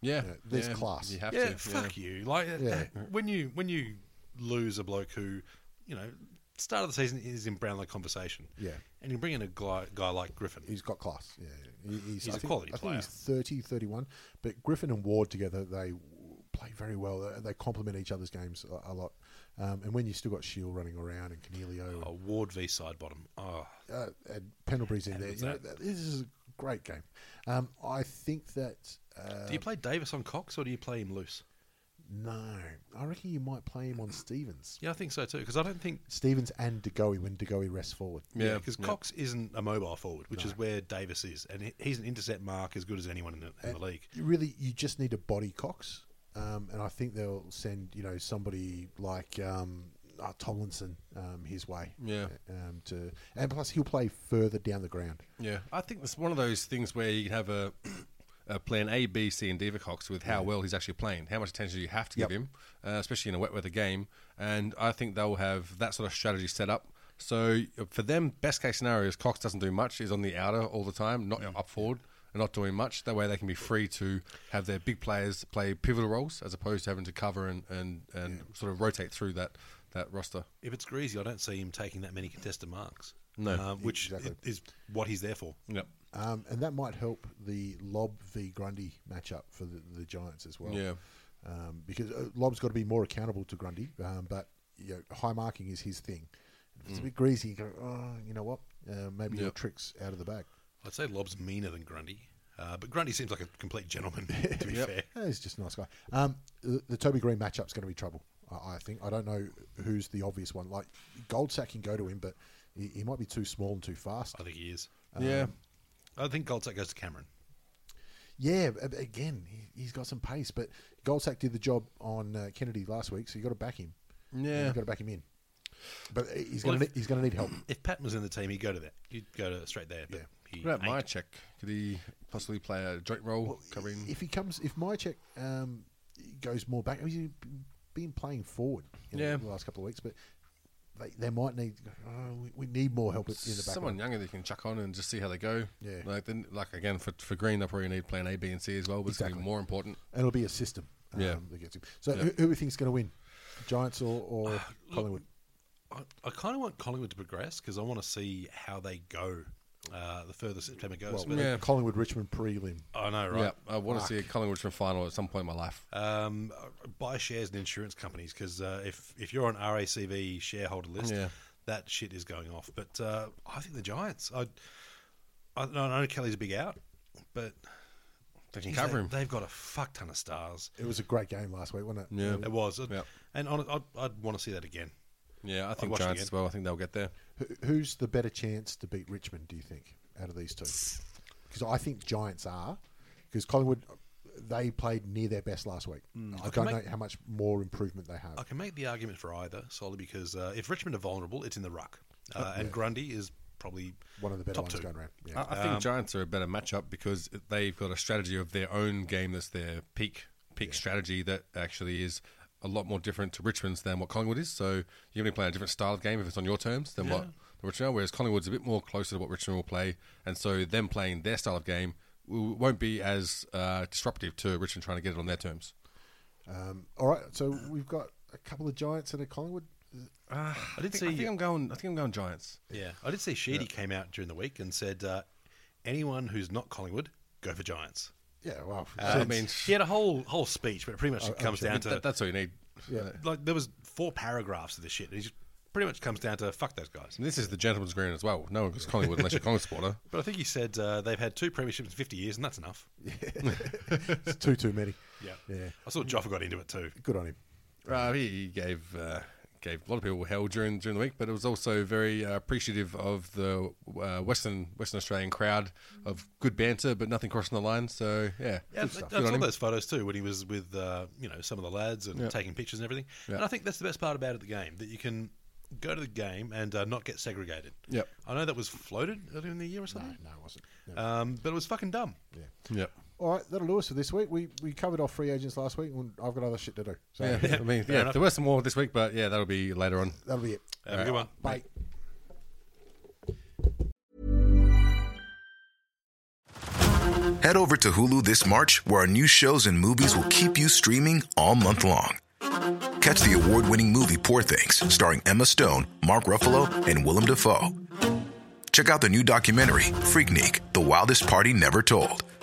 Speaker 2: Yeah.
Speaker 1: Yeah, there's
Speaker 2: yeah,
Speaker 1: class.
Speaker 2: You have
Speaker 3: yeah,
Speaker 2: to.
Speaker 3: fuck you. Like uh,
Speaker 1: Yeah.
Speaker 3: when you when you lose a bloke who, you know, start of the season is in Brownlow conversation.
Speaker 1: Yeah.
Speaker 3: and you bring in a guy, guy like Griffin.
Speaker 1: He's got class. Yeah, yeah. He- he's,
Speaker 3: He's
Speaker 1: I
Speaker 3: a
Speaker 1: think-
Speaker 3: quality
Speaker 1: I think he's 30, 31. But Griffin and Ward together, they w- play very well. They, they complement each other's games a, a lot. Um, and when you still got Shield running around and Canelio
Speaker 3: Oh, Ward v side bottom. Oh,
Speaker 1: and, uh, and Pendlebury's in there, you know, that- this is a great game. Um, I think that uh,
Speaker 3: do you play Davis on Cox or do you play him loose?
Speaker 1: no, I reckon you might play him on Stevens,
Speaker 3: Yeah, I think so too. Because I don't think
Speaker 1: Stevens and Degoe when Degoe rests forward.
Speaker 3: yeah, because Cox isn't a mobile forward, which is where Davis is, and he- he's an intercept mark as good as anyone in the, in the league.
Speaker 1: You really, you just need to body Cox, um, and I think they'll send you know somebody like um, uh, Tomlinson um, his way.
Speaker 2: Yeah.
Speaker 1: Um, to and plus he'll play further down the ground.
Speaker 2: Yeah, I think it's one of those things where you can have a, a plan A, B, C, and D for Cox with how well he's actually playing, how much attention you have to give him, uh, especially in a wet weather game. And I think they'll have that sort of strategy set up. So uh, for them, best case scenario is Cox doesn't do much, is on the outer all the time, not up forward. And not doing much. That way, they can be free to have their big players play pivotal roles, as opposed to having to cover and and, and sort of rotate through that that roster.
Speaker 3: If it's greasy, I don't see him taking that many contested marks.
Speaker 2: No.
Speaker 3: um, which i-
Speaker 1: Exactly.
Speaker 3: is what he's there for.
Speaker 2: Yep.
Speaker 1: Um, and that might help the Lob v Grundy matchup for the, the Giants as well.
Speaker 2: Yeah.
Speaker 1: Um, because uh, Lob's got to be more accountable to Grundy, um, but you know, high marking is his thing. If it's a bit greasy, you go, oh, you know what? Uh, maybe your
Speaker 2: Yep.
Speaker 1: tricks out of the bag.
Speaker 3: I'd say Lob's meaner than Grundy, uh, but Grundy seems like a complete gentleman. To be fair,
Speaker 1: Yeah, he's just a nice guy. Um, the, the Toby Green matchup's going to be trouble, I, I think. I don't know who's the obvious one. Like Goldsack can go to him, but he, he might be too small and too fast.
Speaker 3: I think he is.
Speaker 2: yeah.
Speaker 3: I think Goldsack goes to Cameron.
Speaker 1: Yeah, a- a- again, he, he's got some pace, but Goldsack did the job on uh, Kennedy last week, so you got to back him.
Speaker 2: Yeah.
Speaker 1: you got to back him in. But uh, he's
Speaker 3: Well,
Speaker 1: going to
Speaker 3: if-
Speaker 1: he's going to need help.
Speaker 3: If Patton was in the team, he'd go to that. He'd go to straight there. But
Speaker 1: Yeah.
Speaker 3: he
Speaker 2: What about
Speaker 3: ain't.
Speaker 2: my check? Could he possibly play a joint role covering?
Speaker 1: If he comes, if Mychek um, goes more back, he's been playing forward in
Speaker 2: Yeah.
Speaker 1: the last couple of weeks, but they, they might need. Oh, we, we need more help in the back.
Speaker 2: Someone younger that you can chuck on and just see how they go.
Speaker 1: Yeah.
Speaker 2: Like then, like again for for Green, they'll probably need plan A, B, and C as well, but it's gonna
Speaker 1: Exactly.
Speaker 2: be more important.
Speaker 1: And it'll be a system. Um,
Speaker 2: Yeah. Ah,
Speaker 1: that gets him. So who, who do we think's going to win, Giants or, or Collingwood?
Speaker 3: I, I kind of want Collingwood to progress because I want to see how they go. Uh, the further September goes,
Speaker 1: Well,
Speaker 3: but
Speaker 2: yeah.
Speaker 1: Collingwood Richmond prelim.
Speaker 3: I know, right?
Speaker 2: Yeah, I want to see a Collingwood from final at some point in my life.
Speaker 3: um, buy shares in insurance companies because uh, if if you're on RACV shareholder list,
Speaker 2: Yeah.
Speaker 3: that shit is going off. But uh, I think the Giants. I I know, I know Kelly's a big out, but
Speaker 2: They can
Speaker 3: geez,
Speaker 2: cover him.
Speaker 3: They, have got a fuck ton of stars.
Speaker 1: It was a great game last week, wasn't it?
Speaker 2: Yeah.
Speaker 3: It was,
Speaker 2: Yeah.
Speaker 3: and on, I'd, I'd want to see that again.
Speaker 2: yeah, I think
Speaker 3: watch it
Speaker 2: Giants
Speaker 3: again.
Speaker 2: as well. I think they'll get there.
Speaker 1: Who- Who's the better chance to beat Richmond? Do you think out of these two? Because I think Giants are because Collingwood they played near their best last week. I don't
Speaker 3: Hmm. make-
Speaker 1: know how much more improvement they
Speaker 3: I
Speaker 1: have.
Speaker 3: can make the argument for either solely because uh, if Richmond are vulnerable, it's in the ruck, uh, and Grundy is probably
Speaker 1: One of the better
Speaker 3: top
Speaker 1: ones
Speaker 3: two. Ah.
Speaker 1: going around. Yeah.
Speaker 2: I, I think Giants are a better matchup because they've got a strategy of their own game that's their peak peak strategy that actually is a lot more different to Richmond's than what Collingwood is. So you're going to play a different style of game if it's on your terms than what the Richmond are. Whereas Collingwood's a bit more closer to what Richmond will play, and so them playing their style of game w- won't be as uh, disruptive to Richmond trying to get it on their terms.
Speaker 1: Um, all right, so we've got a couple of Giants and a Collingwood.
Speaker 3: I did
Speaker 2: I think,
Speaker 3: see.
Speaker 2: I think I'm going. I think I'm going Giants.
Speaker 3: Yeah, I did see Sheedy came out during the week and said, uh, anyone who's not Collingwood, go for Giants.
Speaker 1: Yeah, wow.
Speaker 3: Uh,
Speaker 2: I mean,
Speaker 3: he had a whole whole Oh, speech, but it pretty much comes down to
Speaker 2: that, that's all you need.
Speaker 1: yeah.
Speaker 3: like there was four paragraphs of this shit. And he just pretty much comes down to fuck those guys.
Speaker 2: And this is the gentleman's green as well. No one goes Collingwood unless you're Collingwood supporter.
Speaker 3: But I think he said uh, they've had two premierships in 50 years, and that's enough.
Speaker 1: It's too, too many.
Speaker 3: Yeah.
Speaker 1: Yeah.
Speaker 3: I saw Joffa got into it too.
Speaker 1: Good on him.
Speaker 2: Uh, he he gave uh, gave a lot of people hell during during the week, but it was also very uh, appreciative of the uh, Western Western Australian crowd of good banter, but nothing crossing the line. So yeah,
Speaker 3: Yeah, I- I, saw those photos too when he was with uh, you know some of the lads and taking pictures and everything. And I think that's the best part about it, the game that you can go to the game and uh, not get segregated.
Speaker 2: Yep.
Speaker 3: I know that was floated earlier in the year or something,
Speaker 1: No, it wasn't.
Speaker 3: um, but it was fucking dumb.
Speaker 2: yeah.
Speaker 1: All right, that'll do us for this week. We we covered off free agents last week, and I've got other shit to do. So
Speaker 2: Yeah, I mean, yeah, there were some more this week, but yeah, that'll be later on.
Speaker 1: that'll be it.
Speaker 3: Have a good one.
Speaker 1: Bye.
Speaker 5: Head over to Hulu this March, where our new shows and movies will keep you streaming all month long. Catch the award winning movie Poor Things, starring Emma Stone, Mark Ruffalo, and Willem Dafoe. Check out the new documentary, Freaknik The Wildest Party Never Told,